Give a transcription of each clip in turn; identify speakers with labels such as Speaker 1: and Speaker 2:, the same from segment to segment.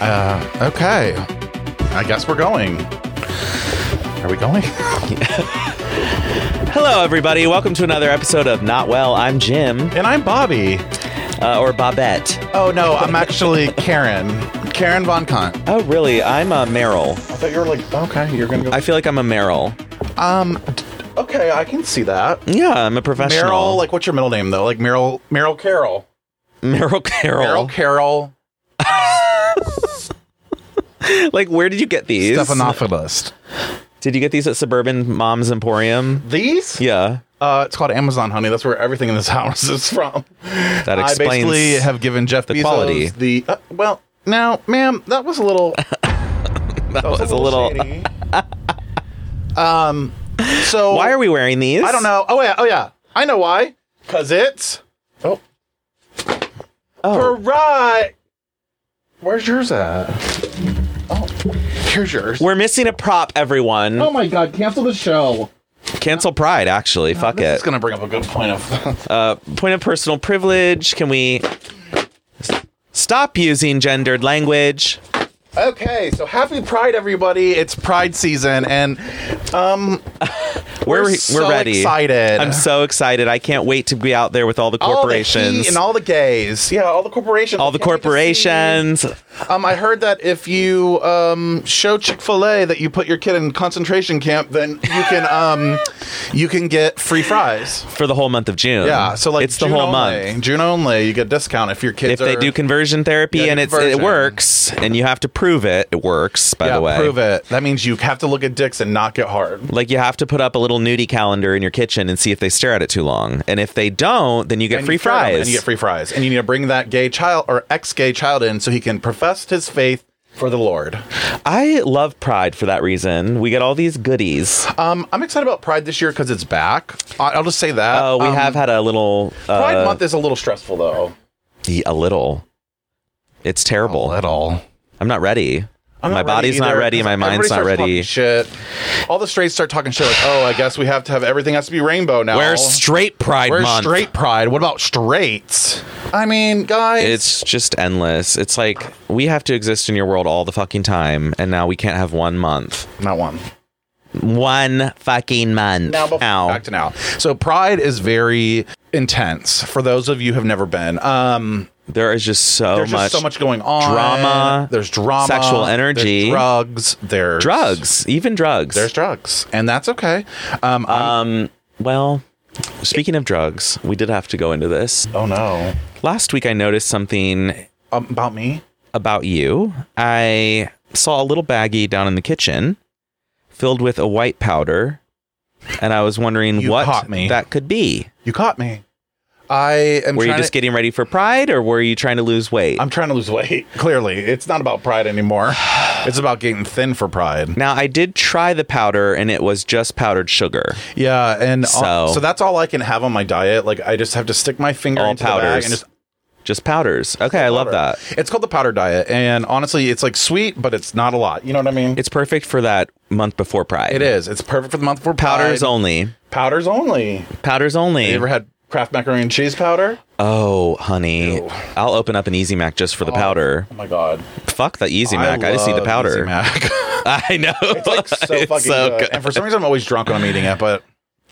Speaker 1: Uh, okay. I guess we're going. Are we going?
Speaker 2: Hello, everybody. Welcome to another episode of Not Well. I'm Jim
Speaker 1: and I'm Bobby.
Speaker 2: uh, or Bobette.
Speaker 1: Oh no, I'm actually Karen. Karen Von Kant.
Speaker 2: Oh, really? I'm a Merrill.
Speaker 1: I thought you were like, okay, you're gonna go.
Speaker 2: I feel like I'm a Merrill.
Speaker 1: um, d- okay, I can see that.
Speaker 2: Yeah, I'm a professional.
Speaker 1: Meryl, like, what's your middle name though? Like Meryl, Meryl Carroll.
Speaker 2: Merrill Carroll.
Speaker 1: Meryl Carroll.
Speaker 2: like, where did you get these?
Speaker 1: Stephanopoulos.
Speaker 2: Did you get these at Suburban Mom's Emporium?
Speaker 1: These?
Speaker 2: Yeah.
Speaker 1: Uh, it's called Amazon, honey. That's where everything in this house is from.
Speaker 2: That
Speaker 1: I
Speaker 2: explains.
Speaker 1: basically have given Jeff
Speaker 2: the
Speaker 1: Bezos
Speaker 2: quality.
Speaker 1: The uh, well, now, ma'am, that was a little.
Speaker 2: that was a little.
Speaker 1: shady. um. So
Speaker 2: Why are we wearing these?
Speaker 1: I don't know. Oh yeah. Oh yeah. I know why. Cause it's. Oh.
Speaker 2: Oh,
Speaker 1: Right. Where's yours at? Oh, here's yours.
Speaker 2: we're missing a prop, everyone.
Speaker 1: oh my God! Cancel the show.
Speaker 2: Cancel Pride, actually. Fuck
Speaker 1: This
Speaker 2: it.
Speaker 1: is gonna bring up a good point of.
Speaker 2: uh, point of personal privilege. Can we s- stop using gendered language?
Speaker 1: okay, so happy Pride, everybody! It's Pride season, and um,
Speaker 2: We're, we're
Speaker 1: so
Speaker 2: ready.
Speaker 1: Excited.
Speaker 2: I'm so excited. I can't wait to be out there with all the
Speaker 1: All the
Speaker 2: corporations.
Speaker 1: he and all the gays. Yeah, all the corporations.
Speaker 2: all the
Speaker 1: I can't wait to see-
Speaker 2: corporations.
Speaker 1: Um, I heard that if you um, show Chick Fil A that you put your kid in concentration camp, then you can um, you can get free fries.
Speaker 2: for the whole month of June.
Speaker 1: Yeah, so like
Speaker 2: it's the
Speaker 1: June
Speaker 2: whole
Speaker 1: only.
Speaker 2: month.
Speaker 1: June only, you get discount if your kids
Speaker 2: If they
Speaker 1: are-
Speaker 2: do conversion therapy
Speaker 1: Yeah,
Speaker 2: and it's, it
Speaker 1: conversion.
Speaker 2: works, and you have to prove it, it works. By
Speaker 1: yeah,
Speaker 2: the way,
Speaker 1: prove it. That means you have to look at dicks and not get hard.
Speaker 2: Like you have to put up a little nudie calendar in your kitchen and see if they stare at it too long. And if they don't, then you get
Speaker 1: And
Speaker 2: free
Speaker 1: you fed 'em,
Speaker 2: fries.
Speaker 1: and you get free fries, and you need to bring that gay child or ex-gay child in so he can profess his faith for the Lord.
Speaker 2: I love Pride for that reason. We get all these goodies.
Speaker 1: Um, I'm excited about Pride this year because it's back. I- I'll just say that.
Speaker 2: Oh, we
Speaker 1: Um,
Speaker 2: have had a little uh,
Speaker 1: Pride Month is a little stressful though.
Speaker 2: y- a little. It's terrible.
Speaker 1: Little.
Speaker 2: I'm not ready.
Speaker 1: I'm
Speaker 2: my
Speaker 1: not
Speaker 2: body's
Speaker 1: ready
Speaker 2: not
Speaker 1: either,
Speaker 2: ready.
Speaker 1: 'cause
Speaker 2: My mind's not
Speaker 1: everybody
Speaker 2: ready.
Speaker 1: starts talking Shit. All the straights start talking shit like, oh, I guess we have to have everything has to be rainbow now.
Speaker 2: We're straight Pride
Speaker 1: We're
Speaker 2: Month.
Speaker 1: straight pride. What about straights? I mean, guys.
Speaker 2: It's just endless. It's like we have to exist in your world all the fucking time, and now we can't have one month.
Speaker 1: not one.
Speaker 2: One fucking month.
Speaker 1: Now, before,
Speaker 2: Ow.
Speaker 1: back to now. So pride is very intense for those of you who have never been. Um,
Speaker 2: There is just so
Speaker 1: there's
Speaker 2: much.
Speaker 1: just so much going on.
Speaker 2: drama,
Speaker 1: There's drama.
Speaker 2: sexual energy.
Speaker 1: There's drugs. There's
Speaker 2: drugs, even drugs.
Speaker 1: There's drugs, and that's okay. Um, I'm-
Speaker 2: um. Well, speaking of drugs, we did have to go into this.
Speaker 1: oh no,
Speaker 2: Last week, I noticed something
Speaker 1: um, about me.
Speaker 2: about you. I saw a little baggie down in the kitchen filled with a white powder, and I was wondering
Speaker 1: You
Speaker 2: what
Speaker 1: caught me.
Speaker 2: that could be.
Speaker 1: You caught me. I am.
Speaker 2: Were you
Speaker 1: trying
Speaker 2: just
Speaker 1: to,
Speaker 2: getting ready for Pride, or were you trying to lose weight?
Speaker 1: I'm trying to lose weight. Clearly, it's not about pride anymore. It's about getting thin for pride.
Speaker 2: now, I did try the powder, and it was just powdered sugar.
Speaker 1: Yeah, and so,
Speaker 2: So-
Speaker 1: so that's all I can have on my diet. Like I just have to stick my finger
Speaker 2: All
Speaker 1: into the bag
Speaker 2: powders.
Speaker 1: and just
Speaker 2: Just powders. Okay, I love that.
Speaker 1: It's called the powder diet, and honestly, it's like sweet, but it's not a lot. You know what I mean?
Speaker 2: It's perfect for that month before Pride.
Speaker 1: It is. It's perfect for the month for
Speaker 2: Powders
Speaker 1: pride.
Speaker 2: only.
Speaker 1: powders only.
Speaker 2: Powders
Speaker 1: You
Speaker 2: only.
Speaker 1: ever had Kraft macaroni and cheese powder?
Speaker 2: Oh, honey. I'll open up an Easy Mac just for the powder.
Speaker 1: Oh my god!
Speaker 2: Fuck the Easy Mac. I, just eat the
Speaker 1: love
Speaker 2: powder.
Speaker 1: Easy Mac.
Speaker 2: I know.
Speaker 1: it's like so fucking good. And for some reason, I'm always drunk when I'm eating it, but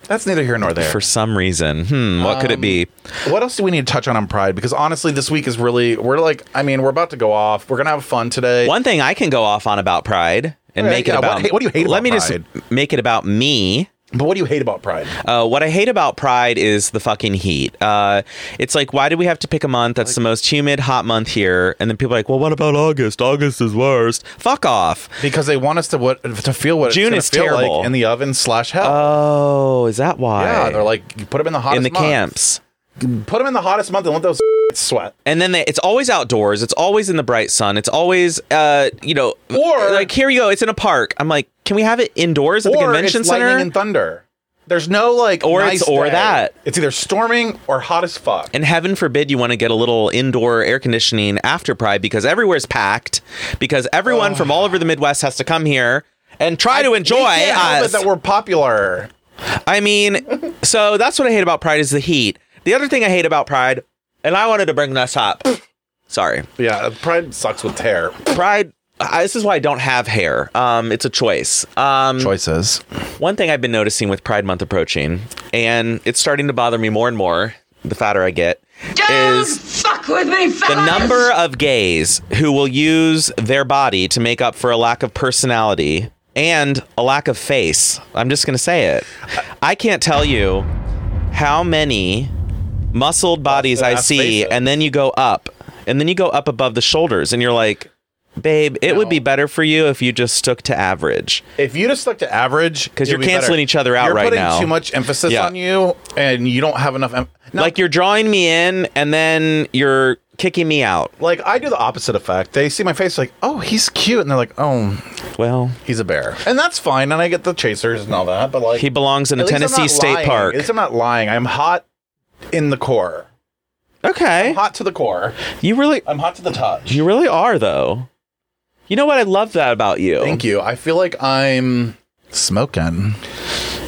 Speaker 1: that's neither here nor there.
Speaker 2: For some reason. Hmm, what could it be?
Speaker 1: What else do we need to touch on on Pride? Because honestly, this week is really we're like I mean we're about to go off. We're gonna have fun today.
Speaker 2: One thing I can go off on about Pride and
Speaker 1: Yeah,
Speaker 2: make it
Speaker 1: yeah,
Speaker 2: about
Speaker 1: what- what do you hate
Speaker 2: Let
Speaker 1: about
Speaker 2: me
Speaker 1: Pride?
Speaker 2: just make it about me.
Speaker 1: But what do you hate about Pride?
Speaker 2: Uh, what I hate about Pride is the fucking heat. Uh, it's like, why do we have to pick a month that's the most humid, hot month here? And then people are like, well, what about August? August is worst. Fuck off.
Speaker 1: Because they want us to what to feel what
Speaker 2: June
Speaker 1: it's gonna
Speaker 2: is
Speaker 1: feel
Speaker 2: terrible.
Speaker 1: like in the oven slash hell.
Speaker 2: Oh, is that why?
Speaker 1: yeah, they're like you put them in the hottest
Speaker 2: in the
Speaker 1: month.
Speaker 2: camps.
Speaker 1: Put them in the hottest month and let those sweat.
Speaker 2: And then they, it's always outdoors. It's always in the bright sun. It's always, uh, you know,
Speaker 1: Or-
Speaker 2: like here you go. It's in a park. I'm like, can we have it indoors at the
Speaker 1: or
Speaker 2: convention
Speaker 1: it's
Speaker 2: center?
Speaker 1: lightning and thunder. There's no like
Speaker 2: Or
Speaker 1: nice
Speaker 2: it's- or
Speaker 1: day.
Speaker 2: that.
Speaker 1: It's either storming or hot as fuck.
Speaker 2: And heaven forbid you want to get a little indoor air conditioning after Pride because everywhere's packed because everyone from all over the Midwest has to come here and try to enjoy
Speaker 1: We can't help it
Speaker 2: us.
Speaker 1: that we're popular.
Speaker 2: I mean, so that's what I hate about Pride is the heat. The other thing I hate about Pride, and I wanted to bring this up Sorry.
Speaker 1: Yeah, pride sucks with hair.
Speaker 2: Pride. I, this is why I don't have hair. Um, it's a choice. Um,
Speaker 1: Choices.
Speaker 2: one thing I've been noticing with Pride Month approaching, and it's starting to bother me more and more the fatter I get,
Speaker 3: Don't
Speaker 2: is
Speaker 3: fuck with me, fellas.
Speaker 2: the number of gays who will use their body to make up for a lack of personality and a lack of face. I'm just going to say it. I can't tell you how many muscled bodies I
Speaker 1: That's
Speaker 2: see,
Speaker 1: faces.
Speaker 2: and then you go up, and then you go up above the shoulders, and you're like, babe, it would be better for you if you just stuck to average.
Speaker 1: If you just stuck to average,
Speaker 2: 'Cause
Speaker 1: it'd
Speaker 2: you're
Speaker 1: be better.
Speaker 2: canceling each other out
Speaker 1: you're
Speaker 2: right
Speaker 1: putting
Speaker 2: now.
Speaker 1: Too much emphasis
Speaker 2: Yeah.
Speaker 1: on you, and you don't have enough. Em- no,
Speaker 2: Like you're drawing me in, and then you're kicking me out.
Speaker 1: like I do the opposite effect. They see my face, like, oh, he's cute, and they're like, oh,
Speaker 2: Well,
Speaker 1: he's a bear, and that's fine. And I get the chasers and all that, but like
Speaker 2: he belongs in a
Speaker 1: at least I'm
Speaker 2: Tennessee
Speaker 1: not
Speaker 2: state
Speaker 1: lying.
Speaker 2: park.
Speaker 1: At least I'm not lying. I'm hot in the core.
Speaker 2: Okay,
Speaker 1: I'm hot to the core.
Speaker 2: you really
Speaker 1: I'm hot to the touch.
Speaker 2: Eh. You really are, though. You know what? I love that about you.
Speaker 1: Thank you. I feel like I'm smoking.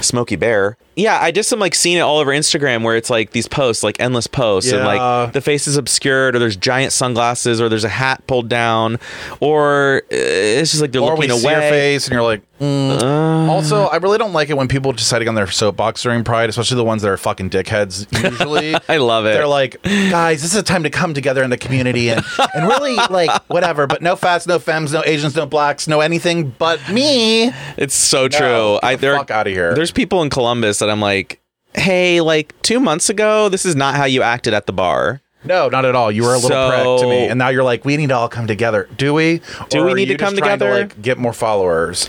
Speaker 2: Smoky Bear. Yeah, I just am like seeing it all over Instagram where it's like these posts, like endless posts, and
Speaker 1: Yeah.
Speaker 2: like the face is obscured, or there's giant sunglasses, or there's a hat pulled down, or uh, it's just like they're
Speaker 1: Or we
Speaker 2: looking
Speaker 1: see your
Speaker 2: away.
Speaker 1: face, and you're like. mm.
Speaker 2: "Uh."
Speaker 1: also, I really don't like it when people deciding on their soapbox during Pride, especially the ones that are fucking dickheads. Usually,
Speaker 2: I love it.
Speaker 1: They're like, guys, this is a time to come together in the community and, and really like whatever, but no fats, no femmes, no Asians, no blacks, no anything but me.
Speaker 2: It's so true.
Speaker 1: No, get
Speaker 2: I
Speaker 1: the
Speaker 2: there,
Speaker 1: fuck outta here.
Speaker 2: There's people in Columbus that I'm like, hey, like two months ago, this is not how you acted at the bar.
Speaker 1: No, not at all. You were a little prick to me,
Speaker 2: So-
Speaker 1: and now you're like, we need to all come together. Do we?
Speaker 2: Do
Speaker 1: Or
Speaker 2: we
Speaker 1: are
Speaker 2: need to
Speaker 1: you just
Speaker 2: come
Speaker 1: trying
Speaker 2: together?
Speaker 1: like, get more followers.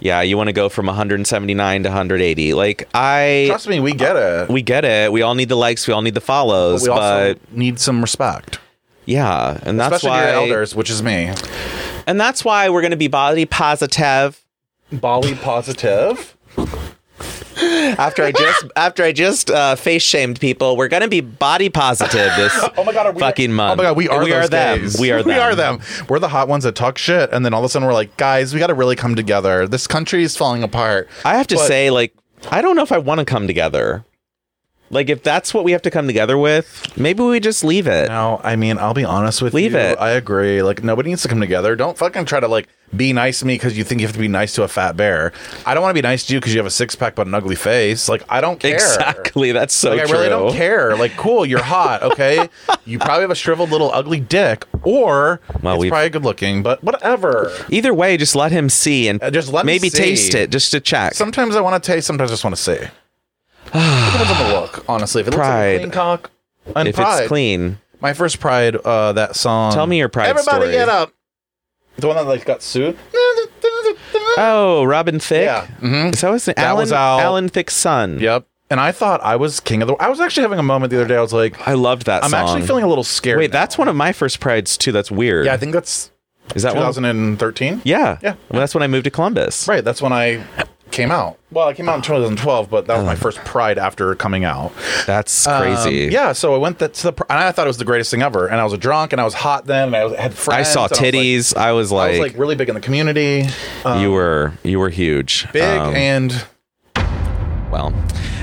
Speaker 2: Yeah, you want to go from 179 to 180. Like I,
Speaker 1: Trust me, we get it.
Speaker 2: we get it. We all need the likes. We all need the follows.
Speaker 1: we
Speaker 2: But,
Speaker 1: also need some respect,
Speaker 2: yeah, and that's
Speaker 1: especially
Speaker 2: why
Speaker 1: to your elders, which is me.
Speaker 2: and that's why we're gonna be body positive.
Speaker 1: Bali positive.
Speaker 2: After I just after I just uh, face shamed people, we're gonna be body positive this
Speaker 1: Oh my god, are we
Speaker 2: fucking month.
Speaker 1: Oh my god, we are
Speaker 2: we
Speaker 1: those
Speaker 2: are them.
Speaker 1: gays.
Speaker 2: We are them.
Speaker 1: we are them. We're the hot ones that talk shit, and then all of a sudden we're like, guys, we got to really come together. This country is falling apart.
Speaker 2: I have to
Speaker 1: But-
Speaker 2: say, like, I don't know if I want to come together. Like, if that's what we have to come together with, maybe we just leave it.
Speaker 1: No, I mean, I'll be honest with
Speaker 2: Leave
Speaker 1: you.
Speaker 2: it.
Speaker 1: I agree. Like, nobody needs to come together. Don't fucking try to like be nice to me because you think you have to be nice to a fat bear. I don't want to be nice to you because you have a six pack but an ugly face. Like, I don't care.
Speaker 2: Exactly. That's so
Speaker 1: Like, I
Speaker 2: Oh, true.
Speaker 1: really don't care. Like, cool, you're hot. Okay, you probably have a shriveled little ugly dick, or
Speaker 2: Well,
Speaker 1: it's
Speaker 2: we've-
Speaker 1: probably good looking. But whatever.
Speaker 2: Either way, just let him see and
Speaker 1: Uh, just let me
Speaker 2: maybe
Speaker 1: see.
Speaker 2: taste it just to check.
Speaker 1: Sometimes I want to taste. Sometimes I just want to see. It depends on the look, honestly. If it looks like
Speaker 2: Pride.
Speaker 1: a clean cock, and
Speaker 2: if
Speaker 1: pride.
Speaker 2: it's clean.
Speaker 1: My first pride, uh, that song.
Speaker 2: Tell me your pride
Speaker 1: Everybody
Speaker 2: story.
Speaker 1: get up. The one that like got sued.
Speaker 2: Oh, Robin Thicke.
Speaker 1: Yeah. Mhm.
Speaker 2: So it's Alan,
Speaker 1: was Al.
Speaker 2: Alan Thicke's son.
Speaker 1: Yep. And I thought I was king of the. I was actually having a moment the other day. I was like,
Speaker 2: I loved that
Speaker 1: I'm
Speaker 2: song.
Speaker 1: actually feeling a little scared.
Speaker 2: Wait,
Speaker 1: now.
Speaker 2: that's one of my first prides too. That's weird.
Speaker 1: yeah. I think that's
Speaker 2: Is that one?
Speaker 1: 2013.
Speaker 2: Yeah.
Speaker 1: Yeah.
Speaker 2: Well, that's when I moved to Columbus.
Speaker 1: Right. That's when I came out. Well, I came out in 2012, but that was my
Speaker 2: Uh-huh.
Speaker 1: first pride after coming out.
Speaker 2: That's
Speaker 1: Um,
Speaker 2: crazy.
Speaker 1: yeah. So I went that to the. pr- And I thought it was the greatest thing ever. And I was a drunk, and I was hot then, and I was, had
Speaker 2: I
Speaker 1: friends.
Speaker 2: saw
Speaker 1: and I was like-
Speaker 2: titties. I was
Speaker 1: I
Speaker 2: like,
Speaker 1: was like really big in the community, um,
Speaker 2: you were you were huge.
Speaker 1: big
Speaker 2: Um,
Speaker 1: and
Speaker 2: well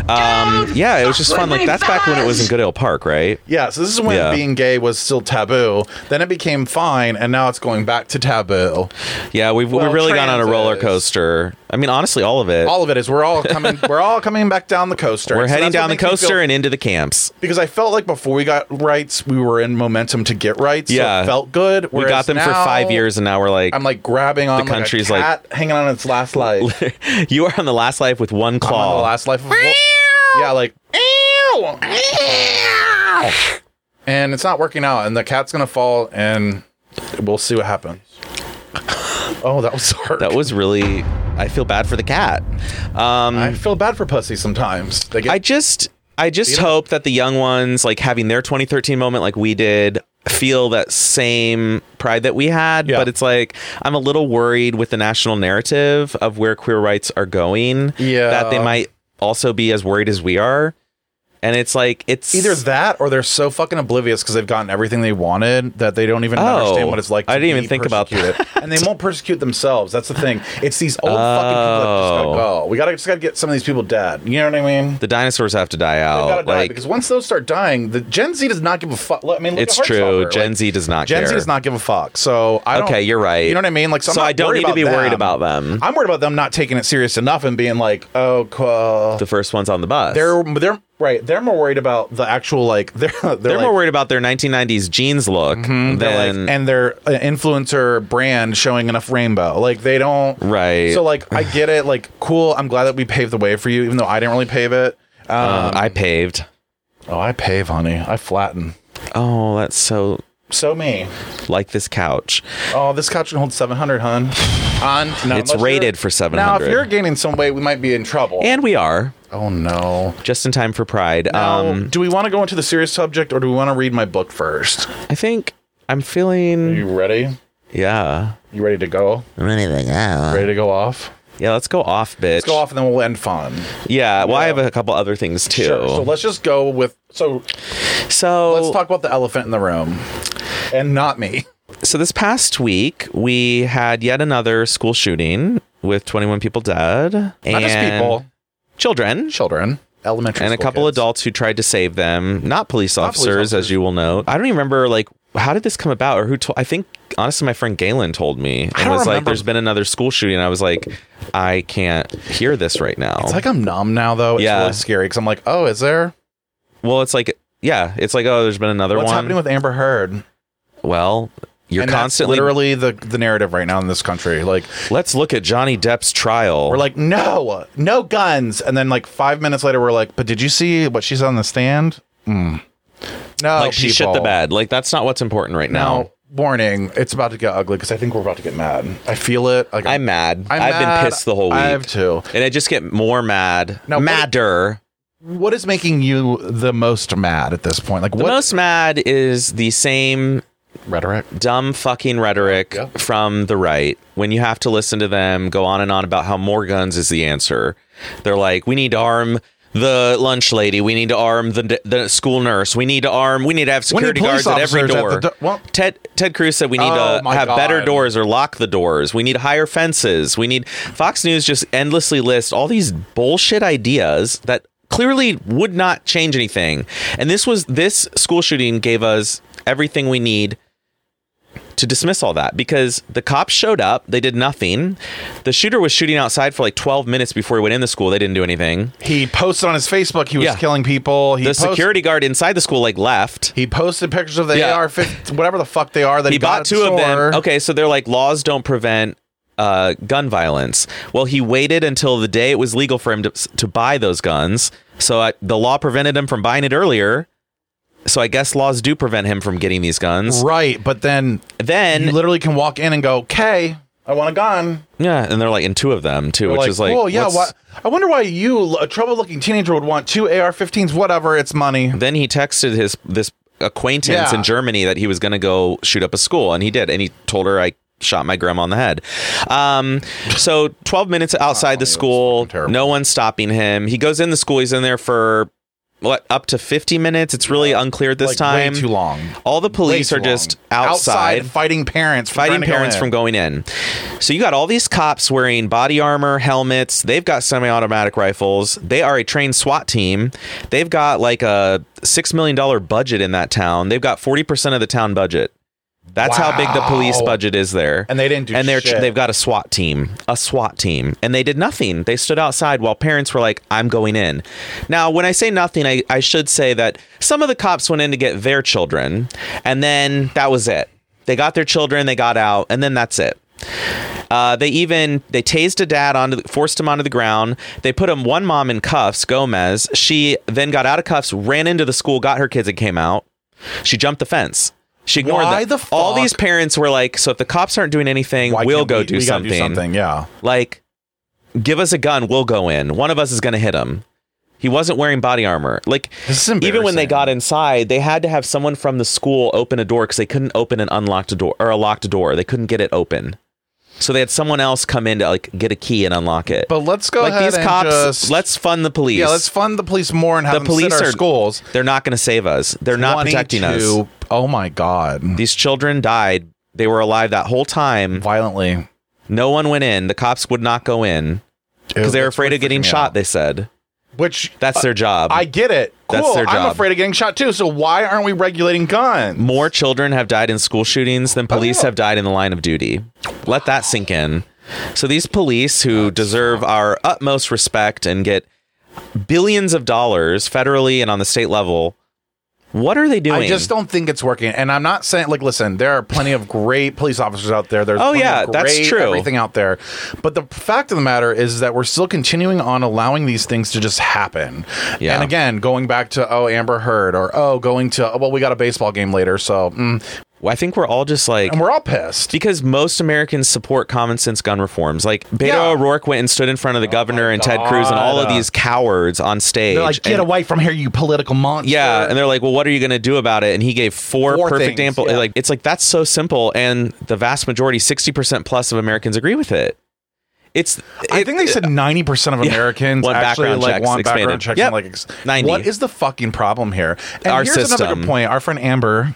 Speaker 2: um yeah it was just
Speaker 3: fuck
Speaker 2: fun
Speaker 3: with
Speaker 2: like
Speaker 3: me,
Speaker 2: that's back when it was in
Speaker 3: fellas!
Speaker 2: goodale park right
Speaker 1: Yeah, so this is when
Speaker 2: Yeah.
Speaker 1: being gay was still taboo. Then it became fine, and now it's going back to taboo.
Speaker 2: yeah we've
Speaker 1: Well,
Speaker 2: we've really gone on a
Speaker 1: trans
Speaker 2: roller
Speaker 1: is-
Speaker 2: coaster i mean honestly all of it
Speaker 1: All of it is we're all coming we're all coming back down the coaster.
Speaker 2: we're
Speaker 1: So
Speaker 2: heading
Speaker 1: that's what
Speaker 2: down the
Speaker 1: makes me
Speaker 2: coaster
Speaker 1: feel-
Speaker 2: and into the camps
Speaker 1: because I felt like before we got rights, we were in momentum to get rights. so
Speaker 2: Yeah.
Speaker 1: it felt good.
Speaker 2: we
Speaker 1: whereas
Speaker 2: got them for
Speaker 1: now,
Speaker 2: five years and now we're like,
Speaker 1: I'm like grabbing on the
Speaker 2: country's
Speaker 1: country's
Speaker 2: like-
Speaker 1: like, a cat hanging on its last life.
Speaker 2: you are on the last life with
Speaker 1: I'm
Speaker 2: one
Speaker 1: on
Speaker 2: claw
Speaker 1: the last life of yeah, like and it's not working out, and the cat's gonna fall, and we'll see what happens. Oh, that was hard.
Speaker 2: that was really i feel bad for the cat um
Speaker 1: I
Speaker 2: i,
Speaker 1: feel bad for pussy sometimes. They get
Speaker 2: just i just
Speaker 1: You know-
Speaker 2: hope that the young ones like having their 2013 moment like we did feel that same pride that we had
Speaker 1: Yeah.
Speaker 2: but it's like i'm a little worried with the national narrative of where queer rights are going
Speaker 1: Yeah.
Speaker 2: that they might also be as worried as we are and it's like it's
Speaker 1: Either that or they're so fucking oblivious because they've gotten everything they wanted that they don't even
Speaker 2: Oh,
Speaker 1: understand what it's like to
Speaker 2: I didn't even
Speaker 1: be
Speaker 2: think about
Speaker 1: persecuted. and they won't persecute themselves. That's the thing. It's these old fucking people that just
Speaker 2: Oh.
Speaker 1: gotta go. We gotta just gotta get some of these people dead. You know what I mean?
Speaker 2: the dinosaurs have to die
Speaker 1: They gotta
Speaker 2: out.
Speaker 1: die
Speaker 2: Oh, Like
Speaker 1: because once those start dying, the Gen Z does not give a fuck. I mean, look
Speaker 2: it's
Speaker 1: at
Speaker 2: true.
Speaker 1: Heartstopper.
Speaker 2: Gen
Speaker 1: Like,
Speaker 2: Z does not
Speaker 1: Gen
Speaker 2: care.
Speaker 1: Z does not give a fuck. So I don't,
Speaker 2: Okay, you're right.
Speaker 1: You know what I mean? Like, so, I'm
Speaker 2: So
Speaker 1: not
Speaker 2: I don't
Speaker 1: worried
Speaker 2: need to
Speaker 1: about
Speaker 2: be worried
Speaker 1: them.
Speaker 2: about them.
Speaker 1: I'm worried about them not taking it serious enough and being like, oh, cool.
Speaker 2: the first ones on the bus.
Speaker 1: they're they're right. They're more worried about the actual like they're they're,
Speaker 2: They're
Speaker 1: like, Mm-hmm.
Speaker 2: more worried about their 1990s jeans look
Speaker 1: they're
Speaker 2: than
Speaker 1: like and their uh, influencer brand showing enough rainbow. Like they don't
Speaker 2: Right.
Speaker 1: So like I get it. Like cool. I'm glad that we paved the way for you, even though I didn't really pave it. um,
Speaker 2: uh, I paved.
Speaker 1: Oh, I pave, honey. I flatten.
Speaker 2: Oh, that's so
Speaker 1: So me.
Speaker 2: like this couch.
Speaker 1: Oh, this couch can hold 700, hun. On no,
Speaker 2: It's
Speaker 1: unless you're-
Speaker 2: rated for
Speaker 1: Now,
Speaker 2: 700.
Speaker 1: if you're gaining some weight, we might be in trouble.
Speaker 2: and we are
Speaker 1: oh no.
Speaker 2: just in time for Pride.
Speaker 1: Um,
Speaker 2: Um,
Speaker 1: do we want to go into the serious subject, or do we want to read my book first?
Speaker 2: I think I'm feeling.
Speaker 1: You ready?
Speaker 2: Yeah.
Speaker 1: You ready to go? Ready to go off?
Speaker 2: Yeah, let's go off, bitch.
Speaker 1: Let's go off, and then we'll end fun.
Speaker 2: Yeah, well, I have a couple other things too.
Speaker 1: Sure. So let's just go with. So
Speaker 2: so
Speaker 1: let's talk about the elephant in the room, and not me.
Speaker 2: so this past week we had yet another school shooting with 21 people dead
Speaker 1: Not just
Speaker 2: and
Speaker 1: people,
Speaker 2: children
Speaker 1: children, elementary,
Speaker 2: and a
Speaker 1: school
Speaker 2: couple
Speaker 1: kids.
Speaker 2: adults who tried to save them, not police officers,
Speaker 1: officers.
Speaker 2: as you will know. I don't even remember like how did this come about or who told. I think honestly, my friend Galen told me and
Speaker 1: don't
Speaker 2: was like,
Speaker 1: remember.
Speaker 2: "There's been another school shooting." I was like, "I can't hear this right now."
Speaker 1: It's like I'm numb now, though. It's
Speaker 2: Yeah.
Speaker 1: really scary because I'm like, oh, is there?
Speaker 2: well, it's like yeah, it's like oh, there's been another
Speaker 1: What's
Speaker 2: one.
Speaker 1: happening with Amber Heard?
Speaker 2: well, you're
Speaker 1: and
Speaker 2: constantly.
Speaker 1: that's literally the the narrative right now in this country. Like
Speaker 2: Let's look at Johnny Depp's trial.
Speaker 1: we're like, no, no guns, and then like five minutes later, we're like, but did you see what she's on the stand? Mm. No,
Speaker 2: like she shit
Speaker 1: people.
Speaker 2: the bed. Like that's not what's important right now.
Speaker 1: Now, warning, it's about to get ugly because I think we're about to get mad. I feel it. Like,
Speaker 2: I'm mad. i
Speaker 1: I'm
Speaker 2: have
Speaker 1: mad.
Speaker 2: been pissed the whole week,
Speaker 1: I have too.
Speaker 2: and I just get more mad.
Speaker 1: Now, what-
Speaker 2: madder.
Speaker 1: What is making you the most mad at this point? Like
Speaker 2: The
Speaker 1: what
Speaker 2: most mad is the same
Speaker 1: rhetoric?
Speaker 2: dumb fucking rhetoric
Speaker 1: Yeah.
Speaker 2: from the right when you have to listen to them go on and on about how more guns is the answer. They're like, we need to arm the lunch lady, we need to arm the, the school nurse, we need to arm, we need to have
Speaker 1: need
Speaker 2: security
Speaker 1: police
Speaker 2: guards at every
Speaker 1: officers at
Speaker 2: door.
Speaker 1: the do- well-
Speaker 2: Ted Ted Cruz said we need
Speaker 1: Oh,
Speaker 2: to
Speaker 1: my
Speaker 2: have better
Speaker 1: God.
Speaker 2: doors or lock the doors. We need higher fences. We need Fox News just endlessly lists all these bullshit ideas that clearly would not change anything. And this was this school shooting gave us everything we need to dismiss all that because the cops showed up, they did nothing. The shooter was shooting outside for like 12 minutes before he went in the school. They didn't do anything.
Speaker 1: He posted on his Facebook he was
Speaker 2: Yeah.
Speaker 1: killing people. He
Speaker 2: The
Speaker 1: post-
Speaker 2: security guard inside the school like left.
Speaker 1: He posted pictures of the
Speaker 2: Yeah.
Speaker 1: AR, whatever the fuck they are. That
Speaker 2: he bought
Speaker 1: at
Speaker 2: two
Speaker 1: the
Speaker 2: of them.
Speaker 1: store.
Speaker 2: Okay, so they're like laws don't prevent uh, gun violence. Well, he waited until the day it was legal for him to, to buy those guns. So I, the law prevented him from buying it earlier. So I guess laws do prevent him from getting these guns.
Speaker 1: right? But then you
Speaker 2: Then
Speaker 1: literally can walk in and go, "Okay, I want a gun."
Speaker 2: yeah, and they're like in two of them too, which
Speaker 1: Like,
Speaker 2: is like
Speaker 1: "Cool, yeah.
Speaker 2: what's-
Speaker 1: Why, I wonder why you, a trouble-looking teenager, would want two AR-15s. Whatever, it's money.
Speaker 2: Then he texted his this acquaintance
Speaker 1: Yeah.
Speaker 2: in Germany that he was going to go shoot up a school, and he did, and he told her I shot my grandma on the head. Um, so 12 minutes outside the
Speaker 1: that's
Speaker 2: school,
Speaker 1: fucking terrible.
Speaker 2: no one's stopping him. He goes in the school. He's in there for what up to 50 minutes. It's really unclear at this
Speaker 1: Like,
Speaker 2: time.
Speaker 1: way too long.
Speaker 2: All the
Speaker 1: Way
Speaker 2: police
Speaker 1: too
Speaker 2: are just
Speaker 1: long.
Speaker 2: outside
Speaker 1: fighting parents, for
Speaker 2: fighting
Speaker 1: trying to go
Speaker 2: parents
Speaker 1: in.
Speaker 2: from going in. So you got all these cops wearing body armor, helmets. They've got semi-automatic rifles. They are a trained SWAT team. They've got like a six million dollar budget in that town. They've got forty percent of the town budget. That's how big the police
Speaker 1: Wow.
Speaker 2: budget is there.
Speaker 1: And they didn't do
Speaker 2: And they're
Speaker 1: shit.
Speaker 2: they've got a SWAT team, a SWAT team, and they did nothing. They stood outside while parents were like, "I'm going in." Now, when I say nothing, I, I should say that some of the cops went in to get their children, and then that was it. They got their children, they got out, and then that's it. Uh, they even they tased a dad onto the, forced him onto the ground. They put him one mom in cuffs, Gomez. She then got out of cuffs, ran into the school, got her kids, and came out. She jumped the fence. She ignored
Speaker 1: Why
Speaker 2: them.
Speaker 1: the
Speaker 2: All
Speaker 1: fuck?
Speaker 2: these parents were like, "So if the cops aren't doing anything,
Speaker 1: Why
Speaker 2: we'll
Speaker 1: can't
Speaker 2: go
Speaker 1: we-
Speaker 2: do,
Speaker 1: we gotta
Speaker 2: something.
Speaker 1: something. Yeah.
Speaker 2: Like, give us a gun, we'll go in. One of us is going to hit him." He wasn't wearing body armor. Like,
Speaker 1: This is
Speaker 2: even when they
Speaker 1: embarrassing.
Speaker 2: got inside, they had to have someone from the school open a door because they couldn't open an unlocked door or a locked door. They couldn't get it open. So they had someone else come in to like get a key and unlock it.
Speaker 1: But let's go
Speaker 2: like
Speaker 1: ahead
Speaker 2: these
Speaker 1: and
Speaker 2: cops,
Speaker 1: just-
Speaker 2: let's fund the police.
Speaker 1: Yeah, let's fund the police more and have
Speaker 2: the
Speaker 1: them
Speaker 2: police
Speaker 1: sit our
Speaker 2: are
Speaker 1: schools.
Speaker 2: They're not going to save us. They're not protecting us.
Speaker 1: 22 Oh my god!
Speaker 2: These children died. They were alive that whole time.
Speaker 1: Violently
Speaker 2: No one went in. The cops would not go in because they were afraid of getting shot. They said
Speaker 1: Which
Speaker 2: that's their job.
Speaker 1: Uh, I get it. Cool.
Speaker 2: That's their
Speaker 1: I'm
Speaker 2: job.
Speaker 1: afraid of getting shot too. So why aren't we regulating guns?
Speaker 2: More children have died in school shootings than police
Speaker 1: Oh.
Speaker 2: have died in the line of duty. Let that sink in. So these police who deserve our utmost respect and get billions of dollars federally and on the state level, what are they doing?
Speaker 1: I just don't think it's working. And I'm not saying like listen, there are plenty of great police officers out there. There's
Speaker 2: Oh,
Speaker 1: plenty
Speaker 2: yeah,
Speaker 1: of
Speaker 2: that's
Speaker 1: great
Speaker 2: true.
Speaker 1: Everything out there, but the fact of the matter is that we're still continuing on allowing these things to just happen.
Speaker 2: Yeah.
Speaker 1: And again, going back to oh Amber Heard or oh going to oh, well we got a baseball game later, so mm,
Speaker 2: I think we're all just like
Speaker 1: and we're all pissed.
Speaker 2: because most Americans support common sense gun reforms. Like Beto
Speaker 1: Yeah. Oh
Speaker 2: O'Rourke went and stood in front of the governor and Ted Cruz and all of
Speaker 1: God.
Speaker 2: these cowards on stage.
Speaker 1: They're like, get
Speaker 2: and-
Speaker 1: away from here, you political monster.
Speaker 2: Yeah, and they're like, "Well, what are you going to do about it?" And he gave four,
Speaker 1: Four
Speaker 2: perfect
Speaker 1: things,
Speaker 2: examples.
Speaker 1: yeah.
Speaker 2: Like it's like that's so simple, and the vast majority, sixty percent plus of Americans agree with it. It's.
Speaker 1: I
Speaker 2: it-
Speaker 1: think they said ninety percent of Americans
Speaker 2: Want
Speaker 1: actually
Speaker 2: background
Speaker 1: like
Speaker 2: checks
Speaker 1: want background
Speaker 2: expanded.
Speaker 1: checks.
Speaker 2: Yep.
Speaker 1: And, like, ex-
Speaker 2: 90.
Speaker 1: What is the fucking problem here? And
Speaker 2: Our
Speaker 1: here's another
Speaker 2: system.
Speaker 1: good point. Our friend Amber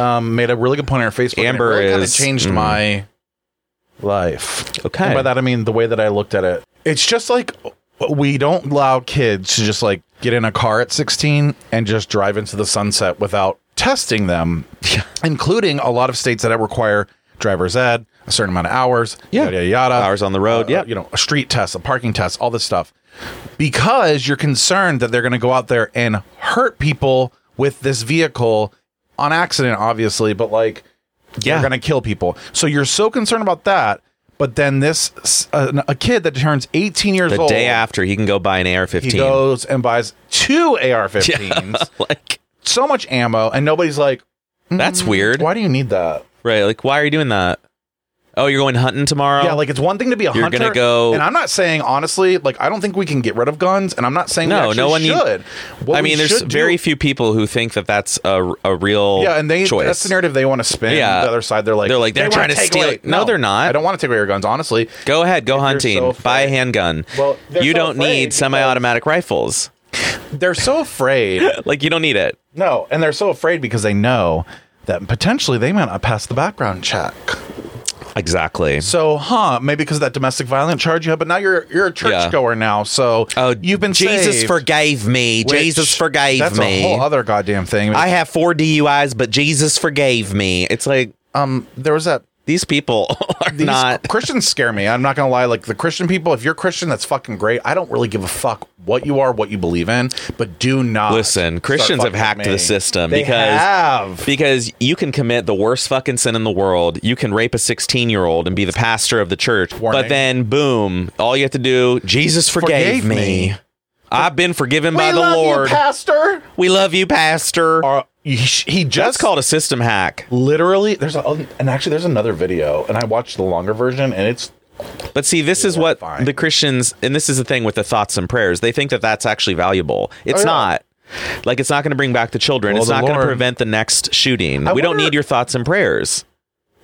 Speaker 1: um, made a really good point on our Facebook.
Speaker 2: Amber
Speaker 1: and it really kinda
Speaker 2: is-
Speaker 1: changed
Speaker 2: mm.
Speaker 1: my life.
Speaker 2: Okay.
Speaker 1: And by that I mean the way that I looked at it. It's just like we don't allow kids to just like get in a car at sixteen and just drive into the sunset without testing them, including a lot of states that require driver's ed. A certain amount of hours,
Speaker 2: Yeah.
Speaker 1: yada yada yada.
Speaker 2: Hours on the road,
Speaker 1: uh,
Speaker 2: Oh, yeah.
Speaker 1: you know, a street test, a parking test, all this stuff, because you're concerned that they're going to go out there and hurt people with this vehicle on accident, obviously, but like
Speaker 2: yeah.
Speaker 1: they're going to kill people. So you're so concerned about that. But then this s- uh, a- a kid that turns 18 years
Speaker 2: the
Speaker 1: old,
Speaker 2: day after he can go buy an AR-15.
Speaker 1: he goes and buys two AR-15s,
Speaker 2: like
Speaker 1: so much ammo, and nobody's like, "Mm,
Speaker 2: that's weird,
Speaker 1: "Why do you need that?"
Speaker 2: right? Like why are you doing that? Oh, you're going hunting tomorrow?
Speaker 1: Yeah, like it's one thing to be a
Speaker 2: You're
Speaker 1: hunter.
Speaker 2: gonna go-
Speaker 1: and I'm not saying honestly, like I don't think we can get rid of guns, and I'm not saying
Speaker 2: No,
Speaker 1: we
Speaker 2: no one
Speaker 1: actually
Speaker 2: need-
Speaker 1: should. What
Speaker 2: I
Speaker 1: we
Speaker 2: mean, there's
Speaker 1: should do-
Speaker 2: very few people who think that that's a, a real
Speaker 1: yeah, and they
Speaker 2: choice.
Speaker 1: that's the narrative they want to spin.
Speaker 2: Yeah.
Speaker 1: the other side they're like
Speaker 2: They're like,
Speaker 1: "They
Speaker 2: they're
Speaker 1: wanna
Speaker 2: trying to
Speaker 1: take
Speaker 2: steal
Speaker 1: away-"
Speaker 2: it. No, they're not.
Speaker 1: I don't want to take away your guns, honestly.
Speaker 2: Go ahead, go
Speaker 1: so
Speaker 2: hunting.
Speaker 1: afraid-
Speaker 2: Buy a handgun.
Speaker 1: Well, they're
Speaker 2: you
Speaker 1: so
Speaker 2: don't
Speaker 1: afraid
Speaker 2: need
Speaker 1: because-
Speaker 2: semi-automatic rifles.
Speaker 1: They're so afraid.
Speaker 2: Like you don't need it.
Speaker 1: No, and they're so afraid because they know that potentially they might not pass the background check.
Speaker 2: Exactly.
Speaker 1: So, huh? Maybe because of that domestic violence charge you have, but now you're you're a churchgoer now. So
Speaker 2: Oh,
Speaker 1: you've been
Speaker 2: Jesus
Speaker 1: saved,
Speaker 2: forgave me.
Speaker 1: which-
Speaker 2: Jesus forgave
Speaker 1: that's
Speaker 2: me.
Speaker 1: a whole other goddamn thing.
Speaker 2: I have four DUIs, but Jesus forgave me. It's like
Speaker 1: um, there was that.
Speaker 2: these people are
Speaker 1: These
Speaker 2: not.
Speaker 1: Christians scare me. I'm not gonna lie. Like the Christian people, if you're Christian, that's fucking great. I don't really give a fuck what you are, what you believe in, but do not
Speaker 2: Listen,
Speaker 1: start
Speaker 2: Christians
Speaker 1: fucking
Speaker 2: have
Speaker 1: with
Speaker 2: hacked
Speaker 1: me.
Speaker 2: the system
Speaker 1: They
Speaker 2: because
Speaker 1: have.
Speaker 2: because you can commit the worst fucking sin in the world. You can rape a 16 year old and be the pastor of the church.
Speaker 1: Warning.
Speaker 2: But then, boom, all you have to do, Jesus forgave,
Speaker 1: Forgave
Speaker 2: me.
Speaker 1: me.
Speaker 2: I've been forgiven by
Speaker 1: we
Speaker 2: the
Speaker 1: love
Speaker 2: Lord.
Speaker 1: you, Pastor.
Speaker 2: we love you, Pastor.
Speaker 1: Or he, he just
Speaker 2: That's called a system hack.
Speaker 1: literally there's a and actually there's another video and i watched the longer version and it's
Speaker 2: But see, this is what
Speaker 1: Fine.
Speaker 2: the Christians, and this is the thing with the thoughts and prayers. They think that that's actually valuable.
Speaker 1: Oh,
Speaker 2: It's
Speaker 1: yeah.
Speaker 2: not. Like it's not going to bring back the children.
Speaker 1: Well,
Speaker 2: it's
Speaker 1: the
Speaker 2: not going to
Speaker 1: Lord-
Speaker 2: prevent the next shooting. we don't
Speaker 1: wonder-
Speaker 2: need your thoughts and prayers.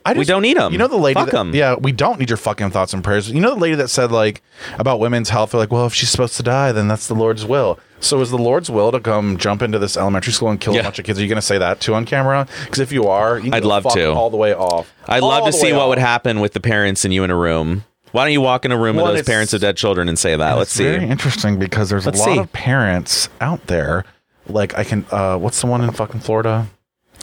Speaker 1: I
Speaker 2: We don't need 'em.
Speaker 1: You know the lady.
Speaker 2: Fuck
Speaker 1: that-
Speaker 2: 'em.
Speaker 1: Yeah, we don't need your fucking thoughts and prayers. You know the lady that said like about women's health. They're like, well, if she's supposed to die, then that's the Lord's will. So is the Lord's will to come jump into this elementary school and kill
Speaker 2: Yeah.
Speaker 1: a bunch of kids? Are you going to say that too on camera? Because if you are, you can
Speaker 2: I'd
Speaker 1: go
Speaker 2: love
Speaker 1: fuck
Speaker 2: to.
Speaker 1: all the way off.
Speaker 2: I'd
Speaker 1: All
Speaker 2: love to
Speaker 1: the
Speaker 2: see
Speaker 1: way
Speaker 2: what
Speaker 1: off.
Speaker 2: would happen with the parents and you in a room. Why don't you walk in a room
Speaker 1: Well,
Speaker 2: with those
Speaker 1: it's-
Speaker 2: parents of dead children and say that? Let's
Speaker 1: It's
Speaker 2: see.
Speaker 1: Very interesting because there's
Speaker 2: Let's
Speaker 1: a lot
Speaker 2: see.
Speaker 1: of parents out there. Like I can, uh, what's the one in fucking Florida?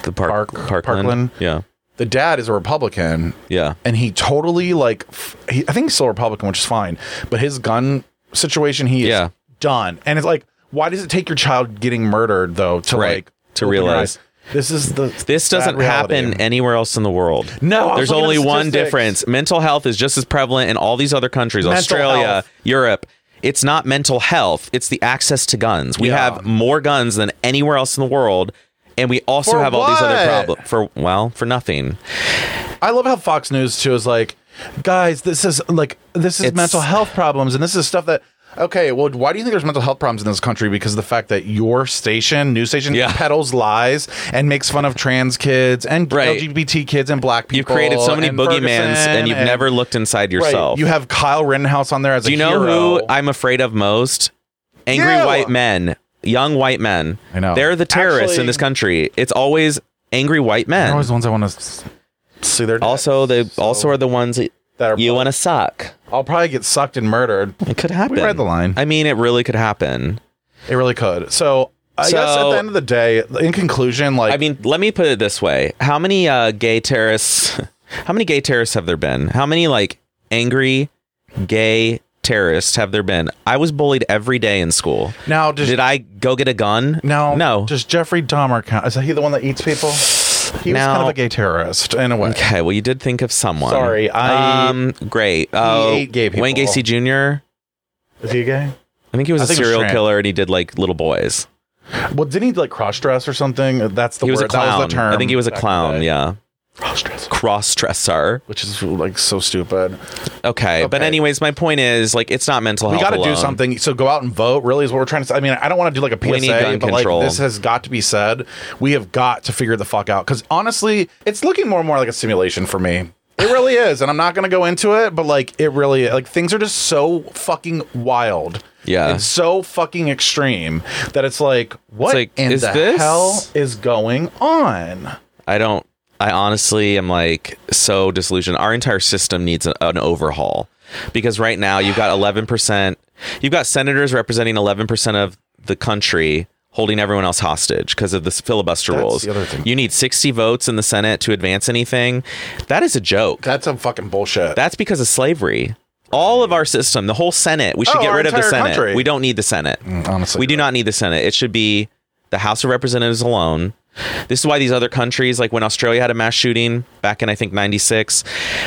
Speaker 2: the park,
Speaker 1: Park-
Speaker 2: Parkland.
Speaker 1: Parkland.
Speaker 2: Yeah.
Speaker 1: The dad is a Republican,
Speaker 2: Yeah.
Speaker 1: and he totally like f- he, I think he's still a Republican, which is fine. But his gun situation, he
Speaker 2: Yeah.
Speaker 1: is done, and it's like, why does it take your child getting murdered though to
Speaker 2: Right.
Speaker 1: like
Speaker 2: To
Speaker 1: open your
Speaker 2: realize.
Speaker 1: eyes? this is the
Speaker 2: This
Speaker 1: sad
Speaker 2: doesn't
Speaker 1: reality.
Speaker 2: happen anywhere else in the world.
Speaker 1: No, I was
Speaker 2: there's
Speaker 1: looking at
Speaker 2: only
Speaker 1: the
Speaker 2: one
Speaker 1: statistics.
Speaker 2: difference. Mental health is just as prevalent in all these other countries,
Speaker 1: Mental
Speaker 2: Australia,
Speaker 1: health.
Speaker 2: Europe. It's not mental health, it's the access to guns. We
Speaker 1: Yeah.
Speaker 2: have more guns than anywhere else in the world. And we also
Speaker 1: For
Speaker 2: have all these other
Speaker 1: what?
Speaker 2: problems for well, for nothing.
Speaker 1: I love how Fox News too is like, guys, this is like this is
Speaker 2: It's-
Speaker 1: mental health problems, and this is stuff that Okay, well, why do you think there's mental health problems in this country? Because of the fact that your station, news station,
Speaker 2: Yeah.
Speaker 1: peddles lies and makes fun of trans kids and
Speaker 2: Right.
Speaker 1: LGBT kids and black people.
Speaker 2: You've created so many
Speaker 1: and
Speaker 2: boogeymans and
Speaker 1: Ferguson
Speaker 2: you've never looked inside
Speaker 1: Right,
Speaker 2: yourself.
Speaker 1: You have Kyle Rittenhouse on there as
Speaker 2: Do
Speaker 1: a
Speaker 2: you know
Speaker 1: hero.
Speaker 2: who I'm afraid of most? Angry
Speaker 1: You!
Speaker 2: white men, young white men.
Speaker 1: I know.
Speaker 2: They're the terrorists in
Speaker 1: Actually-
Speaker 2: this country. It's always angry white
Speaker 1: They're
Speaker 2: men.
Speaker 1: always the ones I want to see their
Speaker 2: Also, they
Speaker 1: So-
Speaker 2: also are the ones that
Speaker 1: that are,
Speaker 2: you want to suck.
Speaker 1: I'll probably get sucked and murdered.
Speaker 2: It could happen.
Speaker 1: read the line.
Speaker 2: I mean, it really could happen.
Speaker 1: It really could. So I guess at
Speaker 2: So-
Speaker 1: the end of the day, in conclusion, like
Speaker 2: I mean, let me put it this way: How many uh, gay terrorists? How many gay terrorists have there been? How many like angry gay terrorists have there been? I was bullied every day in school.
Speaker 1: now does
Speaker 2: Did I go get a gun?
Speaker 1: now
Speaker 2: no.
Speaker 1: does Jeffrey Dahmer count? Is he the one that eats people? He was
Speaker 2: Now-
Speaker 1: kind of a gay terrorist in a way.
Speaker 2: Okay, well, you did think of someone.
Speaker 1: Sorry, I-
Speaker 2: um, great. Oh,
Speaker 1: ate gay
Speaker 2: Wayne
Speaker 1: people.
Speaker 2: Gacy Jr.
Speaker 1: Is he gay?
Speaker 2: I think he was
Speaker 1: I
Speaker 2: a
Speaker 1: think it was
Speaker 2: serial
Speaker 1: trans.
Speaker 2: killer, and he did like little boys.
Speaker 1: Well, didn't he like cross dress or something? That's the
Speaker 2: he was
Speaker 1: word.
Speaker 2: a clown.
Speaker 1: That was the term.
Speaker 2: I think he was a
Speaker 1: back in the
Speaker 2: clown.
Speaker 1: day.
Speaker 2: Yeah,
Speaker 1: Cross dress.
Speaker 2: cross dresser.
Speaker 1: Which is like so stupid.
Speaker 2: Okay. but
Speaker 1: Okay.
Speaker 2: anyways, my point is like it's not mental
Speaker 1: We
Speaker 2: health.
Speaker 1: got to do
Speaker 2: alone.
Speaker 1: something. So go out and vote. Really is what we're trying to. say. I mean, I don't want to do like a PSA,
Speaker 2: We need gun
Speaker 1: but
Speaker 2: control.
Speaker 1: like this has got to be said. We have got to figure the fuck out because honestly, it's looking more and more like a simulation for me. It really is, and I'm not going to go into it, but like it really like things are just so fucking wild.
Speaker 2: Yeah.
Speaker 1: and so fucking extreme that it's like what
Speaker 2: like,
Speaker 1: in
Speaker 2: is
Speaker 1: the
Speaker 2: this-
Speaker 1: hell is going on?
Speaker 2: I don't. I honestly am like so disillusioned. Our entire system needs a, an overhaul because right now you've got 11%. You've got senators representing 11% of the country holding everyone else hostage because of the filibuster
Speaker 1: That's
Speaker 2: rules.
Speaker 1: the other thing.
Speaker 2: You need 60 votes in the Senate to advance anything. That is a joke.
Speaker 1: That's some fucking bullshit.
Speaker 2: That's because of slavery. All of our system, the whole Senate, we should
Speaker 1: Oh,
Speaker 2: get
Speaker 1: our
Speaker 2: rid of the
Speaker 1: entire
Speaker 2: Senate.
Speaker 1: country. Mm,
Speaker 2: We don't need the Senate.
Speaker 1: honestly,
Speaker 2: We do not need the Senate. It should be the House of Representatives alone. This is why these other countries, like when Australia had a mass shooting back in, I think, 96,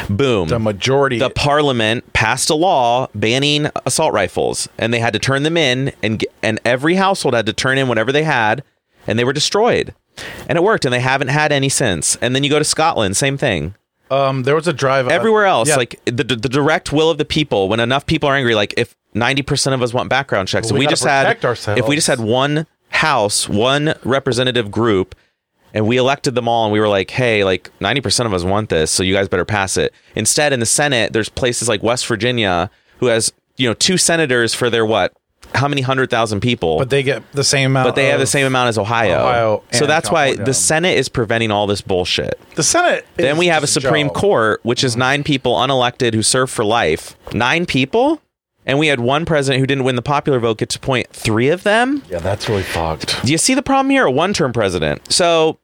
Speaker 2: boom.
Speaker 1: the majority.
Speaker 2: the parliament passed a law banning assault rifles, and they had to turn them in, and g- and every household had to turn in whatever they had, and they were destroyed, and it worked, and they haven't had any since. And then you go to Scotland, same thing
Speaker 1: um, there was a drive
Speaker 2: everywhere else
Speaker 1: yeah.
Speaker 2: like the, the direct will of the people when enough people are angry like if 90% of us want background checks
Speaker 1: Well, we
Speaker 2: and we
Speaker 1: gotta
Speaker 2: just had
Speaker 1: protect ourselves.
Speaker 2: if we just had one house one representative group and we elected them all and we were like hey like 90% of us want this so you guys better pass it instead in the senate there's places like west virginia who has you know two senators for their what how many hundred thousand people
Speaker 1: But they get the same amount.
Speaker 2: but they have the
Speaker 1: of-
Speaker 2: same amount as ohio,
Speaker 1: Ohio
Speaker 2: so
Speaker 1: and
Speaker 2: that's why
Speaker 1: California.
Speaker 2: the senate is preventing all this bullshit
Speaker 1: The Senate.
Speaker 2: then
Speaker 1: is
Speaker 2: we have a
Speaker 1: just Mm-hmm.
Speaker 2: Supreme
Speaker 1: joke.
Speaker 2: Court, which is nine people unelected who serve for life. Nine people? And we had one president who didn't win the popular vote get to point three of them?
Speaker 1: Yeah, that's really fucked.
Speaker 2: Do you see the problem here? A one term president. So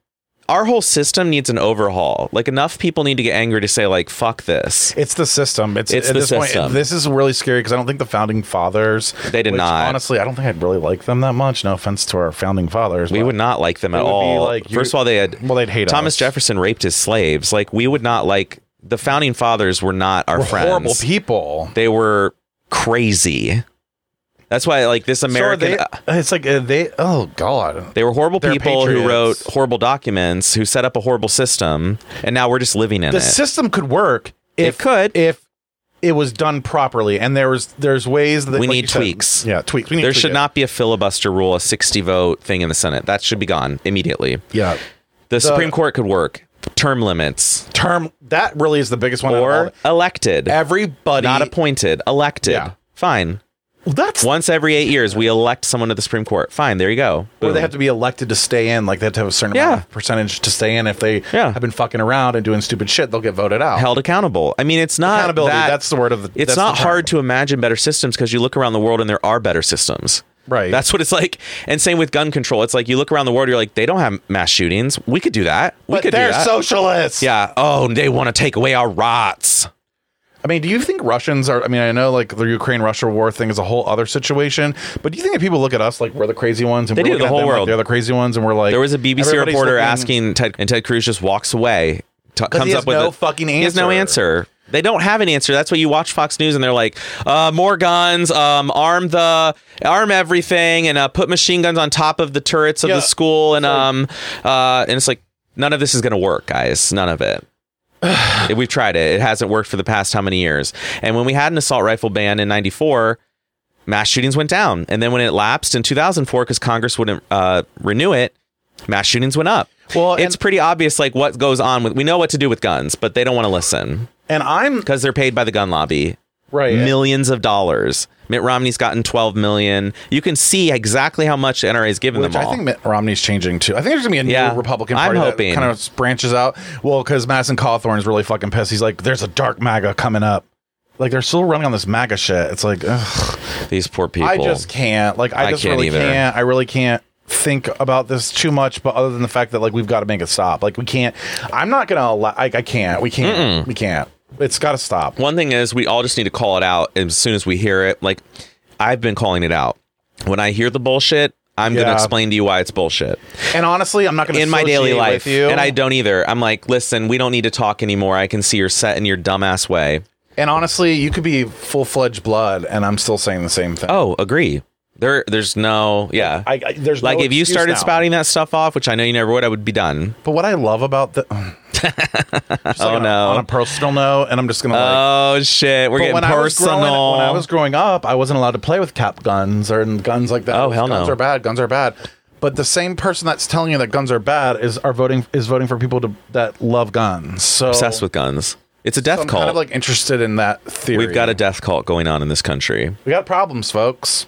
Speaker 2: our whole system needs an overhaul. Like enough people need to get angry to say, like, fuck this.
Speaker 1: It's the system. It's,
Speaker 2: It's
Speaker 1: at
Speaker 2: the
Speaker 1: this
Speaker 2: system.
Speaker 1: Point, this is really scary because I don't think the founding fathers.
Speaker 2: They did
Speaker 1: which,
Speaker 2: not.
Speaker 1: Honestly, I don't think I'd really like them that much. No offense to our founding fathers.
Speaker 2: We
Speaker 1: but
Speaker 2: would not like them at
Speaker 1: would be
Speaker 2: all.
Speaker 1: like you-
Speaker 2: First of all, they had
Speaker 1: Well, they'd hate
Speaker 2: Thomas
Speaker 1: us.
Speaker 2: Jefferson raped his slaves. Like we would not like the founding fathers were not our
Speaker 1: We're
Speaker 2: friends.
Speaker 1: horrible people.
Speaker 2: They were crazy. That's why like this
Speaker 1: So are
Speaker 2: American
Speaker 1: they, it's like uh, they. Oh God.
Speaker 2: They were horrible
Speaker 1: They're
Speaker 2: people who wrote
Speaker 1: patriots.
Speaker 2: horrible documents, who set up a horrible system, and now we're just living in
Speaker 1: The
Speaker 2: it.
Speaker 1: system could work. If,
Speaker 2: could.
Speaker 1: if it was done properly, and there was there's ways that
Speaker 2: We
Speaker 1: like
Speaker 2: need
Speaker 1: you said-
Speaker 2: tweaks.
Speaker 1: yeah, tweaks. We need
Speaker 2: there
Speaker 1: to tweak
Speaker 2: should
Speaker 1: it.
Speaker 2: not be a filibuster rule, a 60 vote thing in the Senate. That should be gone immediately. The,
Speaker 1: Yeah.
Speaker 2: Supreme Court could work. Term limits
Speaker 1: Term that really is the biggest one. out of all
Speaker 2: or
Speaker 1: the-
Speaker 2: elected,
Speaker 1: everybody.
Speaker 2: not appointed, elected.
Speaker 1: Yeah.
Speaker 2: Fine.
Speaker 1: Well, that's
Speaker 2: Once every eight years, we elect someone to the Supreme Court. Fine. There you go.
Speaker 1: Or they
Speaker 2: Boom.
Speaker 1: have to be elected to stay in. Like they have to have a certain
Speaker 2: Yeah.
Speaker 1: amount of percentage to stay in. If they
Speaker 2: Yeah.
Speaker 1: have been fucking around and doing stupid shit, they'll get voted out.
Speaker 2: held accountable. I mean, it's not
Speaker 1: Accountability.
Speaker 2: that-
Speaker 1: that's the word of the.
Speaker 2: it's
Speaker 1: that's
Speaker 2: not
Speaker 1: the term.
Speaker 2: hard to imagine better systems because you look around the world and there are better systems.
Speaker 1: Right.
Speaker 2: That's what it's like. And same with gun control. It's like you look around the world, you're like, they don't have mass shootings. We could do that. We
Speaker 1: But
Speaker 2: could do
Speaker 1: they're
Speaker 2: that.
Speaker 1: socialists.
Speaker 2: yeah. Oh, and they want to take away our rights.
Speaker 1: I mean, do you think Russians are? I mean, I know like the Ukraine Russia war thing is a whole other situation, but do you think that people look at us like we're the crazy ones and
Speaker 2: They
Speaker 1: we're
Speaker 2: do, the
Speaker 1: looking at
Speaker 2: whole
Speaker 1: them like
Speaker 2: world.
Speaker 1: they're the crazy ones and we're like
Speaker 2: There was a BBC
Speaker 1: everybody's
Speaker 2: reporter
Speaker 1: looking-
Speaker 2: asking Ted, and Ted Cruz just walks away. T- comes
Speaker 1: has
Speaker 2: up with
Speaker 1: no
Speaker 2: a-
Speaker 1: fucking
Speaker 2: He has no answer. They don't have an answer. That's why you watch Fox News and they're like, uh, more guns, um, arm the arm everything, and uh, put machine guns on top of the turrets of
Speaker 1: Yeah.
Speaker 2: the school, and um, uh, and it's like none of this is gonna work, guys. None of it. We've tried it. It hasn't worked for the past how many years? And when we had an assault rifle ban in '94, mass shootings went down. And then when it lapsed in 2004, because Congress wouldn't uh, renew it, mass shootings went up.
Speaker 1: Well,
Speaker 2: it's
Speaker 1: and-
Speaker 2: pretty obvious, like what goes on with. We know what to do with guns, but they don't want to listen
Speaker 1: And I'm
Speaker 2: because they're paid by the gun lobby
Speaker 1: right.
Speaker 2: millions of dollars. Mitt Romney's gotten 12 million. You can see exactly how much the NRA has given
Speaker 1: Which
Speaker 2: them all.
Speaker 1: I think Mitt Romney's changing too. I think there's gonna be a new
Speaker 2: Yeah,
Speaker 1: Republican
Speaker 2: I'm
Speaker 1: Party
Speaker 2: hoping.
Speaker 1: that kind of branches out. Well, because Madison Cawthorn is really fucking pissed. He's like, "There's a dark MAGA coming up." Like they're still running on this MAGA shit. It's like, ugh,
Speaker 2: These poor people.
Speaker 1: I just can't. Like I,
Speaker 2: I
Speaker 1: just
Speaker 2: can't
Speaker 1: really
Speaker 2: either.
Speaker 1: can't. I really can't think about this too much. But other than the fact that like we've got to make it stop. Like we can't. I'm not gonna allow. Like I can't. We can't. We can't. It's got to stop.
Speaker 2: One thing is, we all just need to call it out as soon as we hear it. Like, I've been calling it out. When I hear the bullshit, I'm going to
Speaker 1: Yeah.
Speaker 2: explain to you why it's bullshit
Speaker 1: And honestly, I'm not gonna
Speaker 2: in my daily
Speaker 1: associate
Speaker 2: life.
Speaker 1: With you.
Speaker 2: And I don't either. I'm like, listen, we don't need to talk anymore. I can see you're set in your dumbass way.
Speaker 1: And honestly, you could be full fledged blood, and I'm still saying the same thing.
Speaker 2: Oh, agree. There, there's no, yeah.
Speaker 1: I, I, there's
Speaker 2: like
Speaker 1: no
Speaker 2: if you
Speaker 1: excuse
Speaker 2: started
Speaker 1: now.
Speaker 2: spouting that stuff off, which I know you never would, I would be done.
Speaker 1: But what I love about the oh
Speaker 2: no.
Speaker 1: on a personal note, and I'm just gonna like.
Speaker 2: oh shit, we're
Speaker 1: but
Speaker 2: getting
Speaker 1: when I was
Speaker 2: personal.
Speaker 1: growing, when I was growing up, I wasn't allowed to play with cap guns or guns like that.
Speaker 2: Oh, hell
Speaker 1: guns
Speaker 2: no.
Speaker 1: are bad. Guns are bad. But the same person that's telling you that guns are bad is are voting is voting for people to, that love guns. So
Speaker 2: obsessed with guns. It's a death
Speaker 1: I'm
Speaker 2: cult.
Speaker 1: kind of like interested in that theory.
Speaker 2: We've got a death cult going on in this country.
Speaker 1: we got problems, folks.